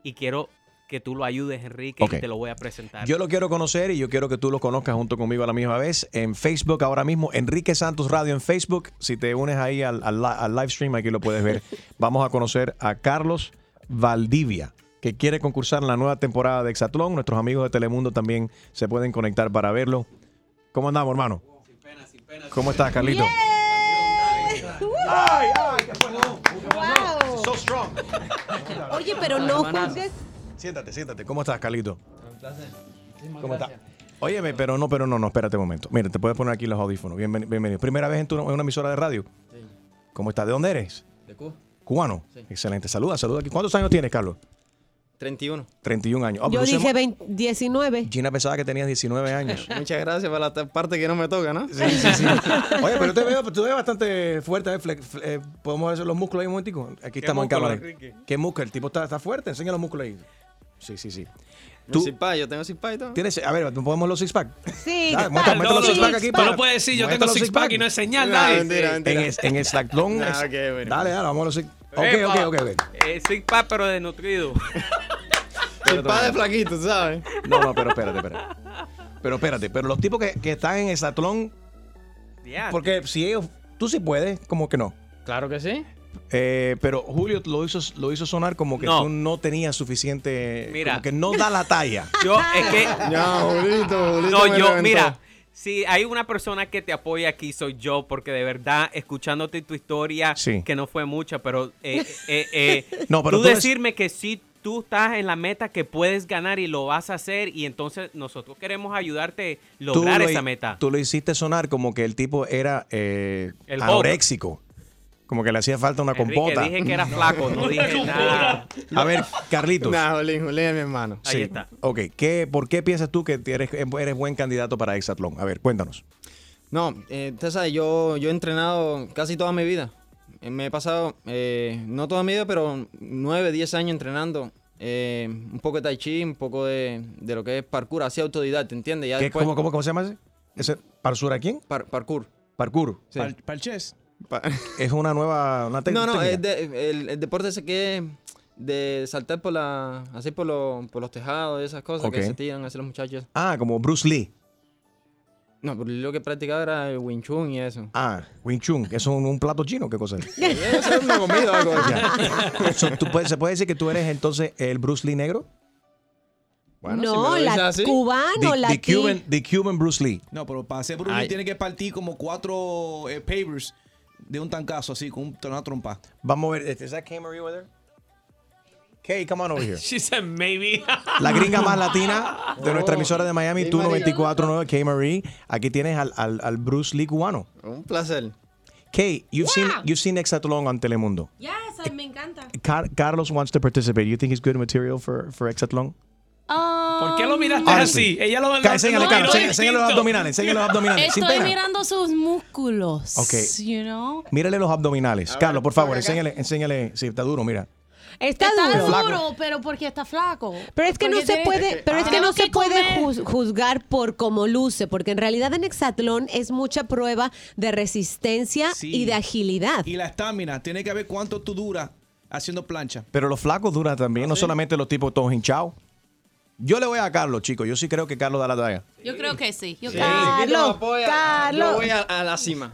y quiero que tú lo ayudes, Enrique, Ok. y te lo voy a presentar. Yo lo quiero conocer y yo quiero que tú lo conozcas junto conmigo a la misma vez en Facebook ahora mismo, Enrique Santos Radio en Facebook. Si te unes ahí al, al li- al live stream, aquí lo puedes ver. Vamos a conocer a Carlos Valdivia, que quiere concursar en la nueva temporada de Exatlón. Nuestros amigos de Telemundo también se pueden conectar para verlo. ¿Cómo andamos, hermano? ¿Cómo estás, Carlito? ¡Ay, ay! ¡Qué bueno! ¡Wow! So strong. Oye, pero no juzgues. Siéntate, siéntate. ¿Cómo estás, Carlito? ¿Cómo estás? Óyeme, pero no, pero no, no, espérate un momento. Mira, te puedes poner aquí los audífonos. Bienveni- bienvenido. Primera vez en, tu- en una emisora de radio. Sí. ¿Cómo estás? ¿De dónde eres? ¿De Cuba? Cubano. Sí. Excelente. Saluda, saluda aquí. ¿Cuántos años tienes, Carlos? 31. 31 años. Ah, Yo pero tú dije eres- 20 19. Gina pensaba que tenías 19 años. Muchas gracias para la t- parte que no me toca, ¿no? Oye, pero te veo, tú te ves bastante fuerte. eh, fle- fle- eh, Podemos ver los músculos ahí un momentico. Aquí estamos en músculo, cámara. Enrique? ¿Qué músculo? El tipo está, está fuerte. Enseña los músculos ahí. Sí, sí, sí. Mi Tú- six-pack, yo tengo six-pack y todo. ¿Tienes, a ver, ¿podemos los six pack? Sí, Ah, muestra- no, muestra los no, six pack no, aquí no para- puedes decir, yo muestra tengo los six six pack. pack y no es señal, No, dale. mentira, mentira. En, es- en el slacklón. Ah, es- ok, bueno. Dale, dale, vamos a los six Ok, Epa. ok, ok. ok. Eh, soy pa, pero desnutrido. El padre flaquito, ¿sabes? No, no, pero espérate, espérate. Pero espérate, pero los tipos que, que están en el slacklón, Ya. porque si ellos, tú sí puedes, como que no. Claro que sí. Eh, pero Julio lo hizo, lo hizo sonar como que No. tú no tenías suficiente, Mira. como que no da la talla. Yo, es que. No, Julito, Julito No, me yo, reventó. mira. Si hay una persona que te apoya aquí, soy yo, porque de verdad, escuchándote tu historia, Sí. que no fue mucha, pero. eh, eh, eh, No, pero tú, tú eres- decirme que sí. Tú estás en la meta que puedes ganar y lo vas a hacer y entonces nosotros queremos ayudarte Tú a lograr lo esa hi- meta. Tú lo hiciste sonar como que el tipo era eh, El Hulk. anoréxico. Como que le hacía falta una Enrique, compota. dije que era flaco, no dije nada. A ver, Carlitos. Nah, Julín, Julín es mi hermano. Sí. Ok, ¿Qué, ¿por qué piensas tú que eres, eres buen candidato para Exatlón? A ver, cuéntanos. No, eh, usted sabe, yo, yo he entrenado casi toda mi vida. Eh, Me he pasado, eh, no toda mi vida, pero 9, 10 años entrenando. eh, un poco de tai chi, un poco de, de lo que es parkour, así autodidacta, ¿entiendes? Ya ¿Qué- después- cómo, cómo- cómo se llama ese? ¿Ese ¿Parsura quién? parkour. Parkour. Sí. Par- Pa- es una nueva una tec- no, no, técnica. es de- el, el deporte ese que es de saltar por la, así por, lo- por los tejados y esas cosas Ok. que se tiran hacia los muchachos. Ah, como Bruce Lee. No, pero lo que practicaba era el Wing Chun y eso. Ah, Wing Chun. ¿Es un, un plato chino? ¿Qué cosa es? Eso es una comida o algo así. Ya. So, ¿tú puedes- ¿Se puede decir que tú eres entonces el Bruce Lee negro? No, la- cubano, The- the, latino. Cuban, the Cuban Bruce Lee. No, pero para ser Bruno Ay. tiene que partir como cuatro eh, pavers de un tancazo así, con un- una trompa. Vamos a ver. ¿Es that camera over there? Kay, come on over here. She said maybe. La gringa más latina Oh. de nuestra emisora de Miami, Sí, tú María. 949, Kay Marie. Aquí tienes al, al, al Bruce Lee cubano. Un placer. Kay, you've seen you've seen Exatlón on Telemundo. Yes, me encanta. Car- Carlos wants to participate. You think he's good material for for Exatlón? ¿Por qué lo miraste así? Ella lo- Ca- Enséñale, lo Carlos. miró enséñale- Enséñale los distinto. abdominales. Enséñale los abdominales. sin Estoy pena. mirando sus músculos. Ok. You know? Mírale los abdominales. Carlos, por favor, enséñale, enséñale. Sí, está duro, mira. Está, duro. duro, Flaco. pero porque está flaco. Pero es que no Porque se tiene- puede, pero es que Tengo no se puede comer. juz- juzgar por cómo luce, porque en realidad en hexatlón es mucha prueba de resistencia Sí. y de agilidad. Y la estamina, tiene que ver cuánto tú duras haciendo plancha. Ah, Pero los flacos duran también, no solamente los tipos todos hinchados. Yo le voy a Carlos, chicos. Yo sí creo que Carlos da la talla. Yo creo que sí. Yo Sí, creo que sí. Yo lo apoyo, Yo voy a, a la cima.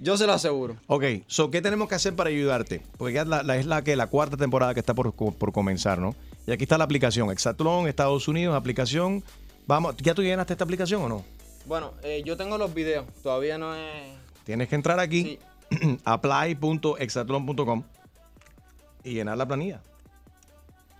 Yo se lo aseguro. Ok, so, ¿qué tenemos que hacer para ayudarte? Porque ya la, la- es la, que, la cuarta temporada que está por, co- por comenzar, ¿no? Y aquí está la aplicación, Exatlón, Estados Unidos, aplicación. Vamos, ¿ya tú llenaste esta aplicación o no? Bueno, eh, yo tengo los videos. Todavía no es. Tienes que entrar aquí, apply.exatlón.com y llenar la planilla.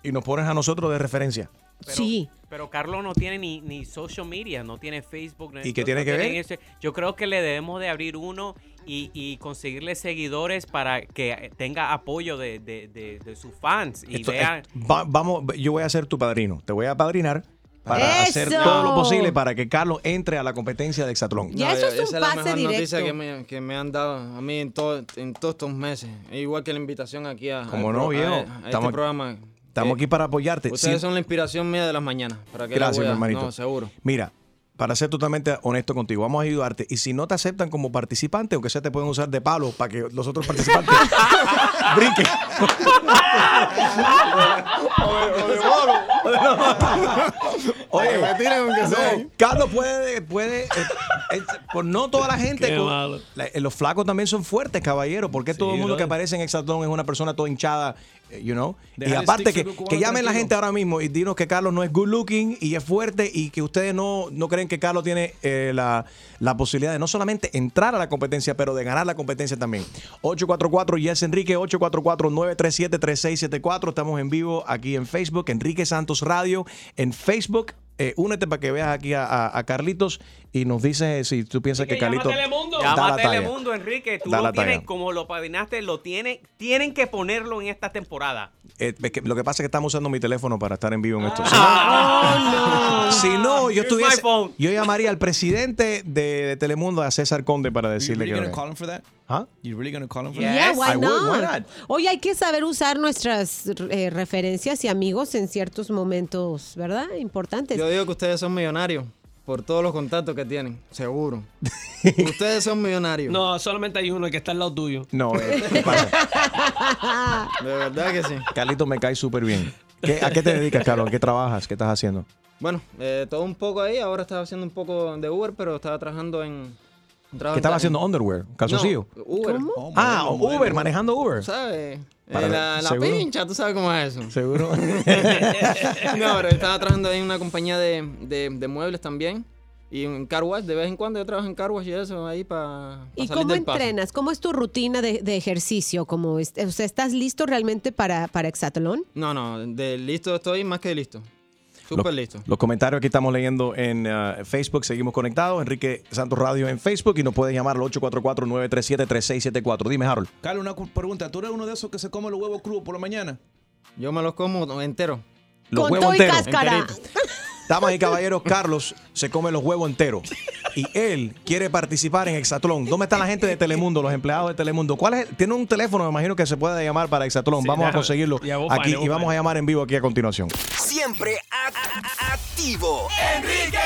Y nos pones a nosotros de referencia. sí. Pero Carlos no tiene ni, ni social media, no tiene Facebook. no- ¿Y qué no- tiene no que ver? ese- Yo creo que le debemos de abrir uno y, y conseguirle seguidores para que tenga apoyo de, de- de- de sus fans y Esto- vean. eh, va- vamos, yo voy a ser tu padrino. Te voy a padrinar para hacer ¡Eso! todo lo posible para que Carlos entre a la competencia de Exatlón. No, esa es la mejor noticia que me, que me han dado a mí en, todo- en todos estos meses. E Igual que la invitación aquí a, Como al no, pro- a- viejo. a este Estamos- programa. Estamos aquí para apoyarte. Ustedes Sí. son la inspiración mía de las mañanas. ¿Para qué la Gracias, voy mi a- hermanito. No, seguro. Mira, para ser totalmente honesto contigo, vamos a ayudarte. Y si no te aceptan como participante, aunque sea te pueden usar de palo para que los otros participantes brinquen. Oye, no, Carlos puede, puede eh, eh, por no toda la gente. Qué con- malo. la- eh, los flacos también son fuertes, caballero. Porque todo el mundo que brother. aparece en Exatón es una persona toda hinchada, eh, you know. Dejar y el aparte que, stick cubano que llamen la tranquilo. gente ahora mismo y dinos que Carlos no es good looking y es fuerte y que ustedes no, no creen que Carlos tiene eh, la, la posibilidad de no solamente entrar a la competencia, pero de ganar la competencia también. 844 Yes Enrique, 844-937-3674. Estamos en vivo aquí en Facebook, Enrique Santos Radio, en Facebook. Eh, únete para que veas aquí a, a- a Carlitos y nos dice si tú piensas que Carlitos. da Llama la a talla. Telemundo, Enrique. Tú Da la lo tienes, talla. como lo padrinaste, lo tiene, tienen que ponerlo en esta temporada. Eh, es que lo que pasa es que estamos usando mi teléfono para estar en vivo en esto. Si Ah. no, si no, yo Here's estuviese. my phone. Yo llamaría al presidente de, de Telemundo, a César Conde, para decirle really que. ¿Ah? gonna call him for that? Huh? You really gonna call him for Yeah, that? why not? Oye, hay que saber usar nuestras eh, referencias y amigos en ciertos momentos, ¿verdad? Importantes. Yo digo que ustedes son millonarios por todos los contactos que tienen. Seguro. ustedes son millonarios. No, solamente hay uno el que está al lado tuyo. No, eh. De verdad que sí. Carlito me cae súper bien. ¿Qué- ¿A qué te dedicas, Carlos? ¿A qué trabajas? ¿Qué estás haciendo? Bueno, eh, todo un poco ahí. Ahora estaba haciendo un poco de Uber, pero estaba trabajando en. ¿Qué estabas haciendo? ¿Underwear? ¿Calzoncillo? No, Uber. Ah, Uber, manejando Uber. ¿Sabes? Eh, Para- la la ¿seguro? pincha, tú sabes cómo es eso. Seguro. no, pero estaba trabajando ahí en una compañía de, de- de muebles también. Y en car wash, de vez en cuando yo trabajo en car wash y eso ahí para. ¿Y cómo entrenas? ¿Cómo es tu rutina de, de ejercicio? ¿Cómo es- o sea, ¿Estás listo realmente para, para Exatlón? No, no, de listo estoy más que listo. Súper listo. Los comentarios que estamos leyendo en uh, Facebook, seguimos conectados. Enrique Santos Radio en Facebook y nos puedes llamar al 844-937-3674. Dime, Harold. Carlos, una cu- pregunta. ¿Tú eres uno de esos que se come los huevos crudos por la mañana? Yo me los como enteros. Los huevos enteros. Damas y caballeros, Carlos se come los huevos enteros. Y él quiere participar en Exatlón. ¿Dónde está la gente de Telemundo, los empleados de Telemundo? ¿Cuál es? el- Tiene un teléfono, me imagino que se puede llamar para Exatlón. Sí, vamos a déjame. conseguirlo Ya, vos aquí fine, vos y vamos fine. a llamar en vivo aquí a continuación. Siempre a- a- activo. Enrique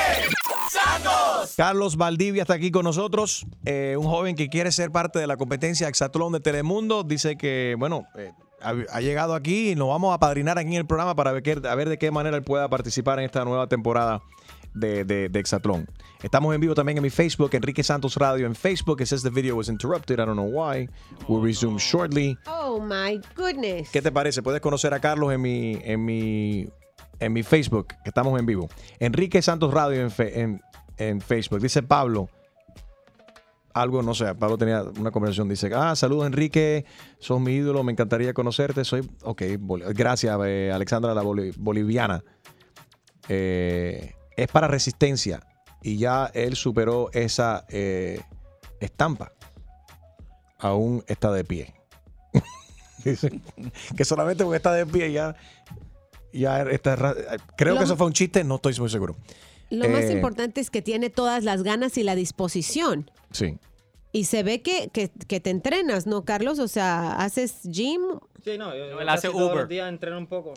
Santos. Carlos Valdivia está aquí con nosotros, eh, un joven que quiere ser parte de la competencia Exatlón de Telemundo. Dice que, bueno, eh, ha, ha llegado aquí y nos vamos a padrinar aquí en el programa para ver, qué- a ver de qué manera él pueda participar en esta nueva temporada de, de, de Exatlón. Estamos en vivo también en mi Facebook, Enrique Santos Radio en Facebook. It says the video was interrupted. I don't know why. We'll resume shortly. Oh my goodness. ¿Qué te parece? Puedes conocer a Carlos en mi, en mi, en mi Facebook, que estamos en vivo. Enrique Santos Radio en, fe- en- en Facebook. Dice Pablo. Algo, no sé, Pablo tenía una conversación. Dice, ah, saludos Enrique, sos mi ídolo, me encantaría conocerte. Soy, ok, boli- gracias eh, Alexandra, la boli- boliviana. Eh, es para resistencia y ya él superó esa eh, estampa. Aún está de pie. Dice que solamente porque está de pie ya, ya está. ra- Creo Lo que eso ma- fue un chiste, no estoy muy seguro. Lo más Eh, importante es que tiene todas las ganas y la disposición. Sí. Y se ve que, que- que te entrenas, ¿no, Carlos? O sea, haces gym. Sí, no, yo, yo él casi hace todos Uber. los días entreno un poco.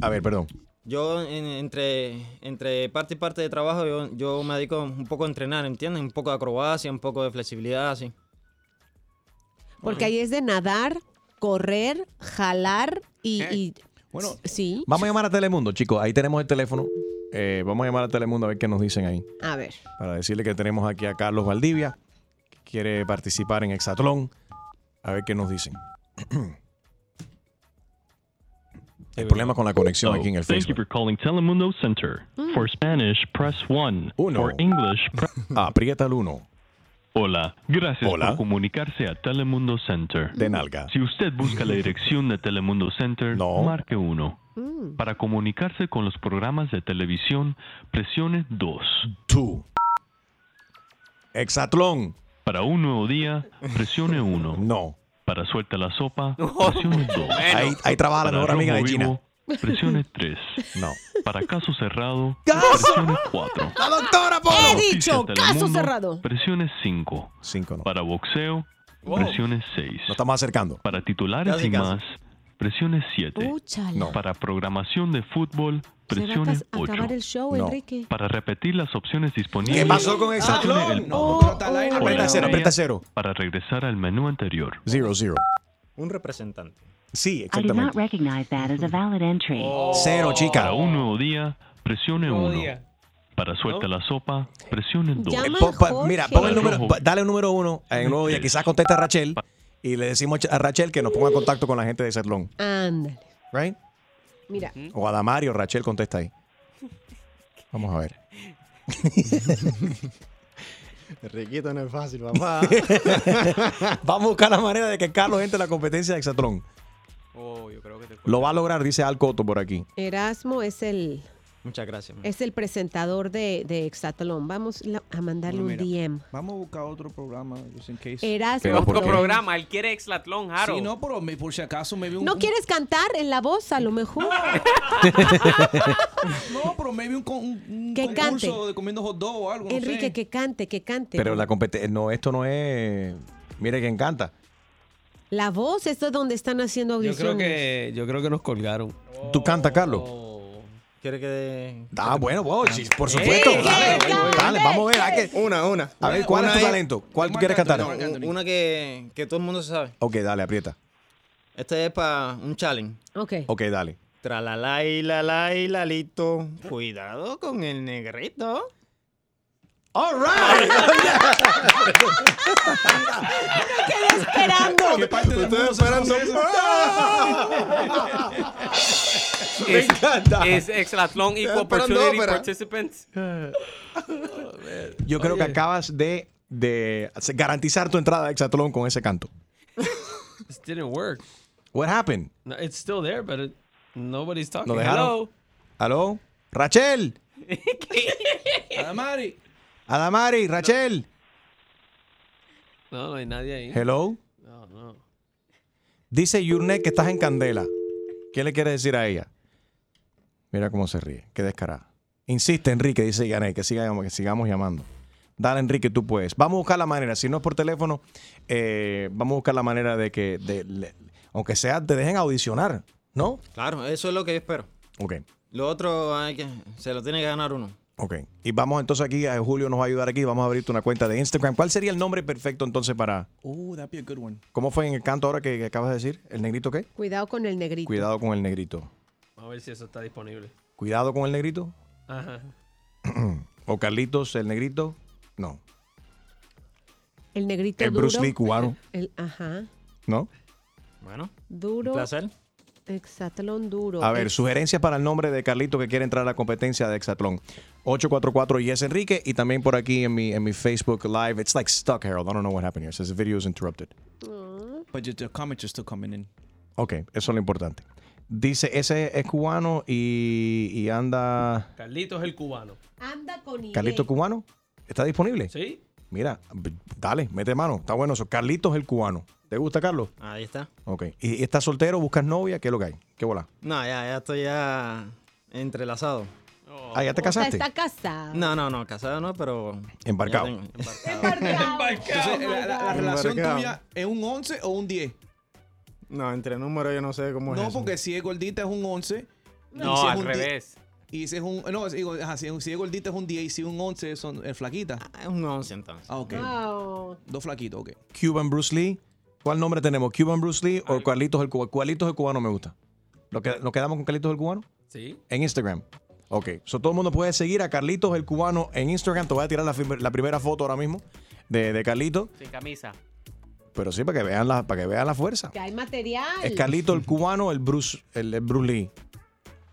A ver, perdón. Yo en- entre, entre parte y parte de trabajo yo, yo me dedico un poco a entrenar, ¿entiendes? Un poco de acrobacia, un poco de flexibilidad, así. Porque ahí es de nadar, correr, jalar y, y Eh, Bueno, Sí. Vamos a llamar a Telemundo, chicos. Ahí tenemos el teléfono. Eh, vamos a llamar a Telemundo a ver qué nos dicen ahí. A ver. Para decirle que tenemos aquí a Carlos Valdivia, que quiere participar en Hexatlón. A ver qué nos dicen. El problema con la Oh, conexión aquí en el Thank you Facebook. for calling Telemundo Center. For Spanish, press 1. For English, press... Aprieta el 1. Hola, gracias Hola. por comunicarse a Telemundo Center. De nalga. Si usted busca la dirección de Telemundo Center, marque 1. Para comunicarse con los programas de televisión, presione 2. 2. Exatlón. Para un nuevo día, presione 1. No. Para suelta la sopa, presione 2. Ahí- ahí trabaja la Para mejor amiga Rojo de Gina. Vivo, Presione 3. No. Para caso cerrado, ¡Caso! presione 4. ¡La doctora Polo! He dicho, Noticias caso Telemundo, cerrado. Presiones 5. Para boxeo, presiones 6. Nos estamos acercando. Para titulares Casi, y casi. más, presiones 7. Eh, Úchala. No. Para programación de fútbol, Ah, ¿Será que presiones has- 8. acabar el show, Enrique? Para repetir las opciones disponibles. ¿Qué pasó con Hexatlón? presione el No, nueve. no, no, no. O Aprieta la cero, aprieta estrella cero. Para regresar al menú anterior. Zero, zero. Un representante. Sí, I did not recognize that as a valid entry. Cero, chica. Para un nuevo día, presione 1. Para suelta la sopa, presione 2. Eh, pon- pon- mira, pon el número, pa- dale el número uno eh, en el nuevo día. Quizás contesta a Rachel y le decimos a Rachel que nos ponga en contacto con la gente de Cetlón. Ándale. Right? Mira. O a Damario, Rachel contesta ahí. Vamos a ver. Riquito no es fácil, papá. Vamos a buscar la manera de que Carlos entre a la competencia de Hexatlón. Lo va a lograr, dice Al Coto por aquí. Erasmo es el, Muchas gracias. man. es el presentador de, de Exatlón. Vamos la- a mandarle Bueno, un mira, DM. Vamos a buscar otro programa, just in case. Erasmo Pero, ¿por Otro qué? programa, él quiere exlatlón, Jaro. Sí, no, pero me- por si acaso me vi un... ¿No un- Ah, quieres cantar en la voz a lo mejor? No, pero me vi un, con- un- un Que cante. concurso de comiendo hot dog o algo, no Enrique, sé. que cante, que cante. Pero la competencia, no, esto no es. Mire que encanta. La voz, esto es donde están haciendo Yo audiciones. creo que, yo creo que nos colgaron. ¿Tú cantas, Oh. Carlos? ¿Quiere que.? Ah, bueno, wow, sí, por supuesto. Eh, dale, eh, dale, vamos a ver. hay que- Una, una. A ver, ¿cuál es tu talento? ¿Cuál tú quieres cantar? No, una que, que todo el mundo se sabe. Ok, dale, aprieta. Esta es para un challenge. Ok. Ok, dale. Tralalá y la la y lalito. Cuidado con el negrito. All right. esperando. ¿Qué parte del mundo se conoce eso? Me encanta. Es exlatlón Eh, equal opportunity participants. Yo Oh, creo que acabas de, de hacer- garantizar tu entrada a Hexatlón con ese canto. This didn't work. What happened? No, it's still there, but it- nobody's talking. ¿Lo Hello. dejaron? ¿Aló? ¡Rachel! Adamari. ¡Adamari! ¡Rachel! No, no hay nadie ahí. Hello. No, no. Dice Yurne que estás en candela. ¿Qué le quiere decir a ella? Mira cómo se ríe. Qué descarada. Insiste, Enrique, dice Yané, que, siga- que sigamos llamando. Dale, Enrique, tú puedes. Vamos a buscar la manera. Si no es por teléfono, eh, vamos a buscar la manera de que, de- le- aunque sea, te dejen audicionar, ¿no? Claro, eso es lo que yo espero. Ok, Lo otro hay que, se lo tiene que ganar uno. ok. Y vamos entonces aquí, eh, Julio nos va a ayudar aquí, vamos a abrirte una cuenta de Instagram. ¿Cuál sería el nombre perfecto entonces para... Oh, that'd be a good one. ¿Cómo fue en el canto ahora que, que acabas de decir? ¿El negrito qué? Cuidado con el negrito. Cuidado con el negrito. Vamos a ver si eso está disponible. Cuidado con el negrito. Ajá. o Carlitos, el negrito. No. El negrito El duro. Bruce Lee cubano. El, ajá. ¿No? Bueno. Duro. Un placer. Exatlón duro. A ver, Ex- sugerencias para el nombre de Carlito que quiere entrar a la competencia de Hexatlón. 844 Yes Enrique y también por aquí en mi, en mi Facebook Live. It's like stuck, Harold. I don't know what happened here. It says the video is interrupted. But the- the comments are still coming in. Ok, eso es lo importante. Dice, ese es cubano y, y anda... Carlito es el cubano. Anda con Irene. ¿Carlito cubano? ¿Está disponible? Sí. Mira, b- dale, mete mano. Está bueno eso. Carlitos el cubano. ¿Te gusta, Carlos? Ahí está. Ok. ¿Y, y estás soltero? ¿Buscas novia? ¿Qué es lo que hay? ¿Qué bola? No, ya, ya estoy ya entrelazado. Ah, ¿ya te casaste? Está casado. No, no, no, casado no, pero. Embarcado. ya tengo- Entonces, la, la- la God. relación Embarcado. tuya es un 11 o un 10. No, entre números yo no sé cómo es. No, eso. porque si es gordita es un 11. No, Y si es al un di- revés. Y si es un. No, es- digo, ajá, si, es- si es gordita es un 10 y si es un 11 son es flaquita. es un 11 entonces. Ah, ok. Wow. Dos flaquitos, ok. Cuban Bruce Lee. ¿Cuál nombre tenemos? ¿Cuban Bruce Lee o Carlitos el Cubano? Carlitos el Cubano me gusta. ¿Lo que- ¿Nos quedamos con Carlitos el Cubano? Sí. En Instagram. Ok. So, todo el mundo puede seguir a Carlitos el Cubano en Instagram. Te voy a tirar la, fir- la primera foto ahora mismo de, de Carlitos. Sin camisa. Pero sí, para que vean la, para que vean la fuerza. Que hay material. Es Carlito el Cubano, el Bruce, el, el Bruce Lee.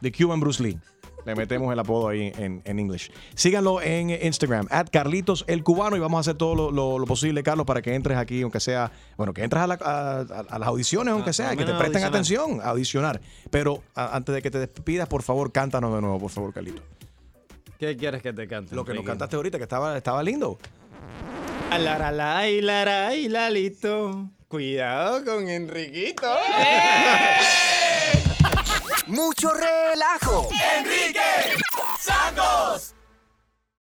The Cuban Bruce Lee. Le metemos el apodo ahí en, en English. Síganlo en Instagram, at Carlitos el Cubano, y vamos a hacer todo lo, lo- lo posible, Carlos, para que entres aquí, aunque sea, bueno, que entres a, la- a- a- a las audiciones, aunque sea, Ah, por lo que te menos presten audicionar. atención, a audicionar. Pero a- antes de que te despidas, por favor, cántanos de nuevo, por favor, Carlito. ¿Qué quieres que te cante? Lo que nos Enrique? cantaste ahorita, que estaba, estaba lindo. Alaralay, laray, lalito. Cuidado con Enriquito. Mucho relajo. Enrique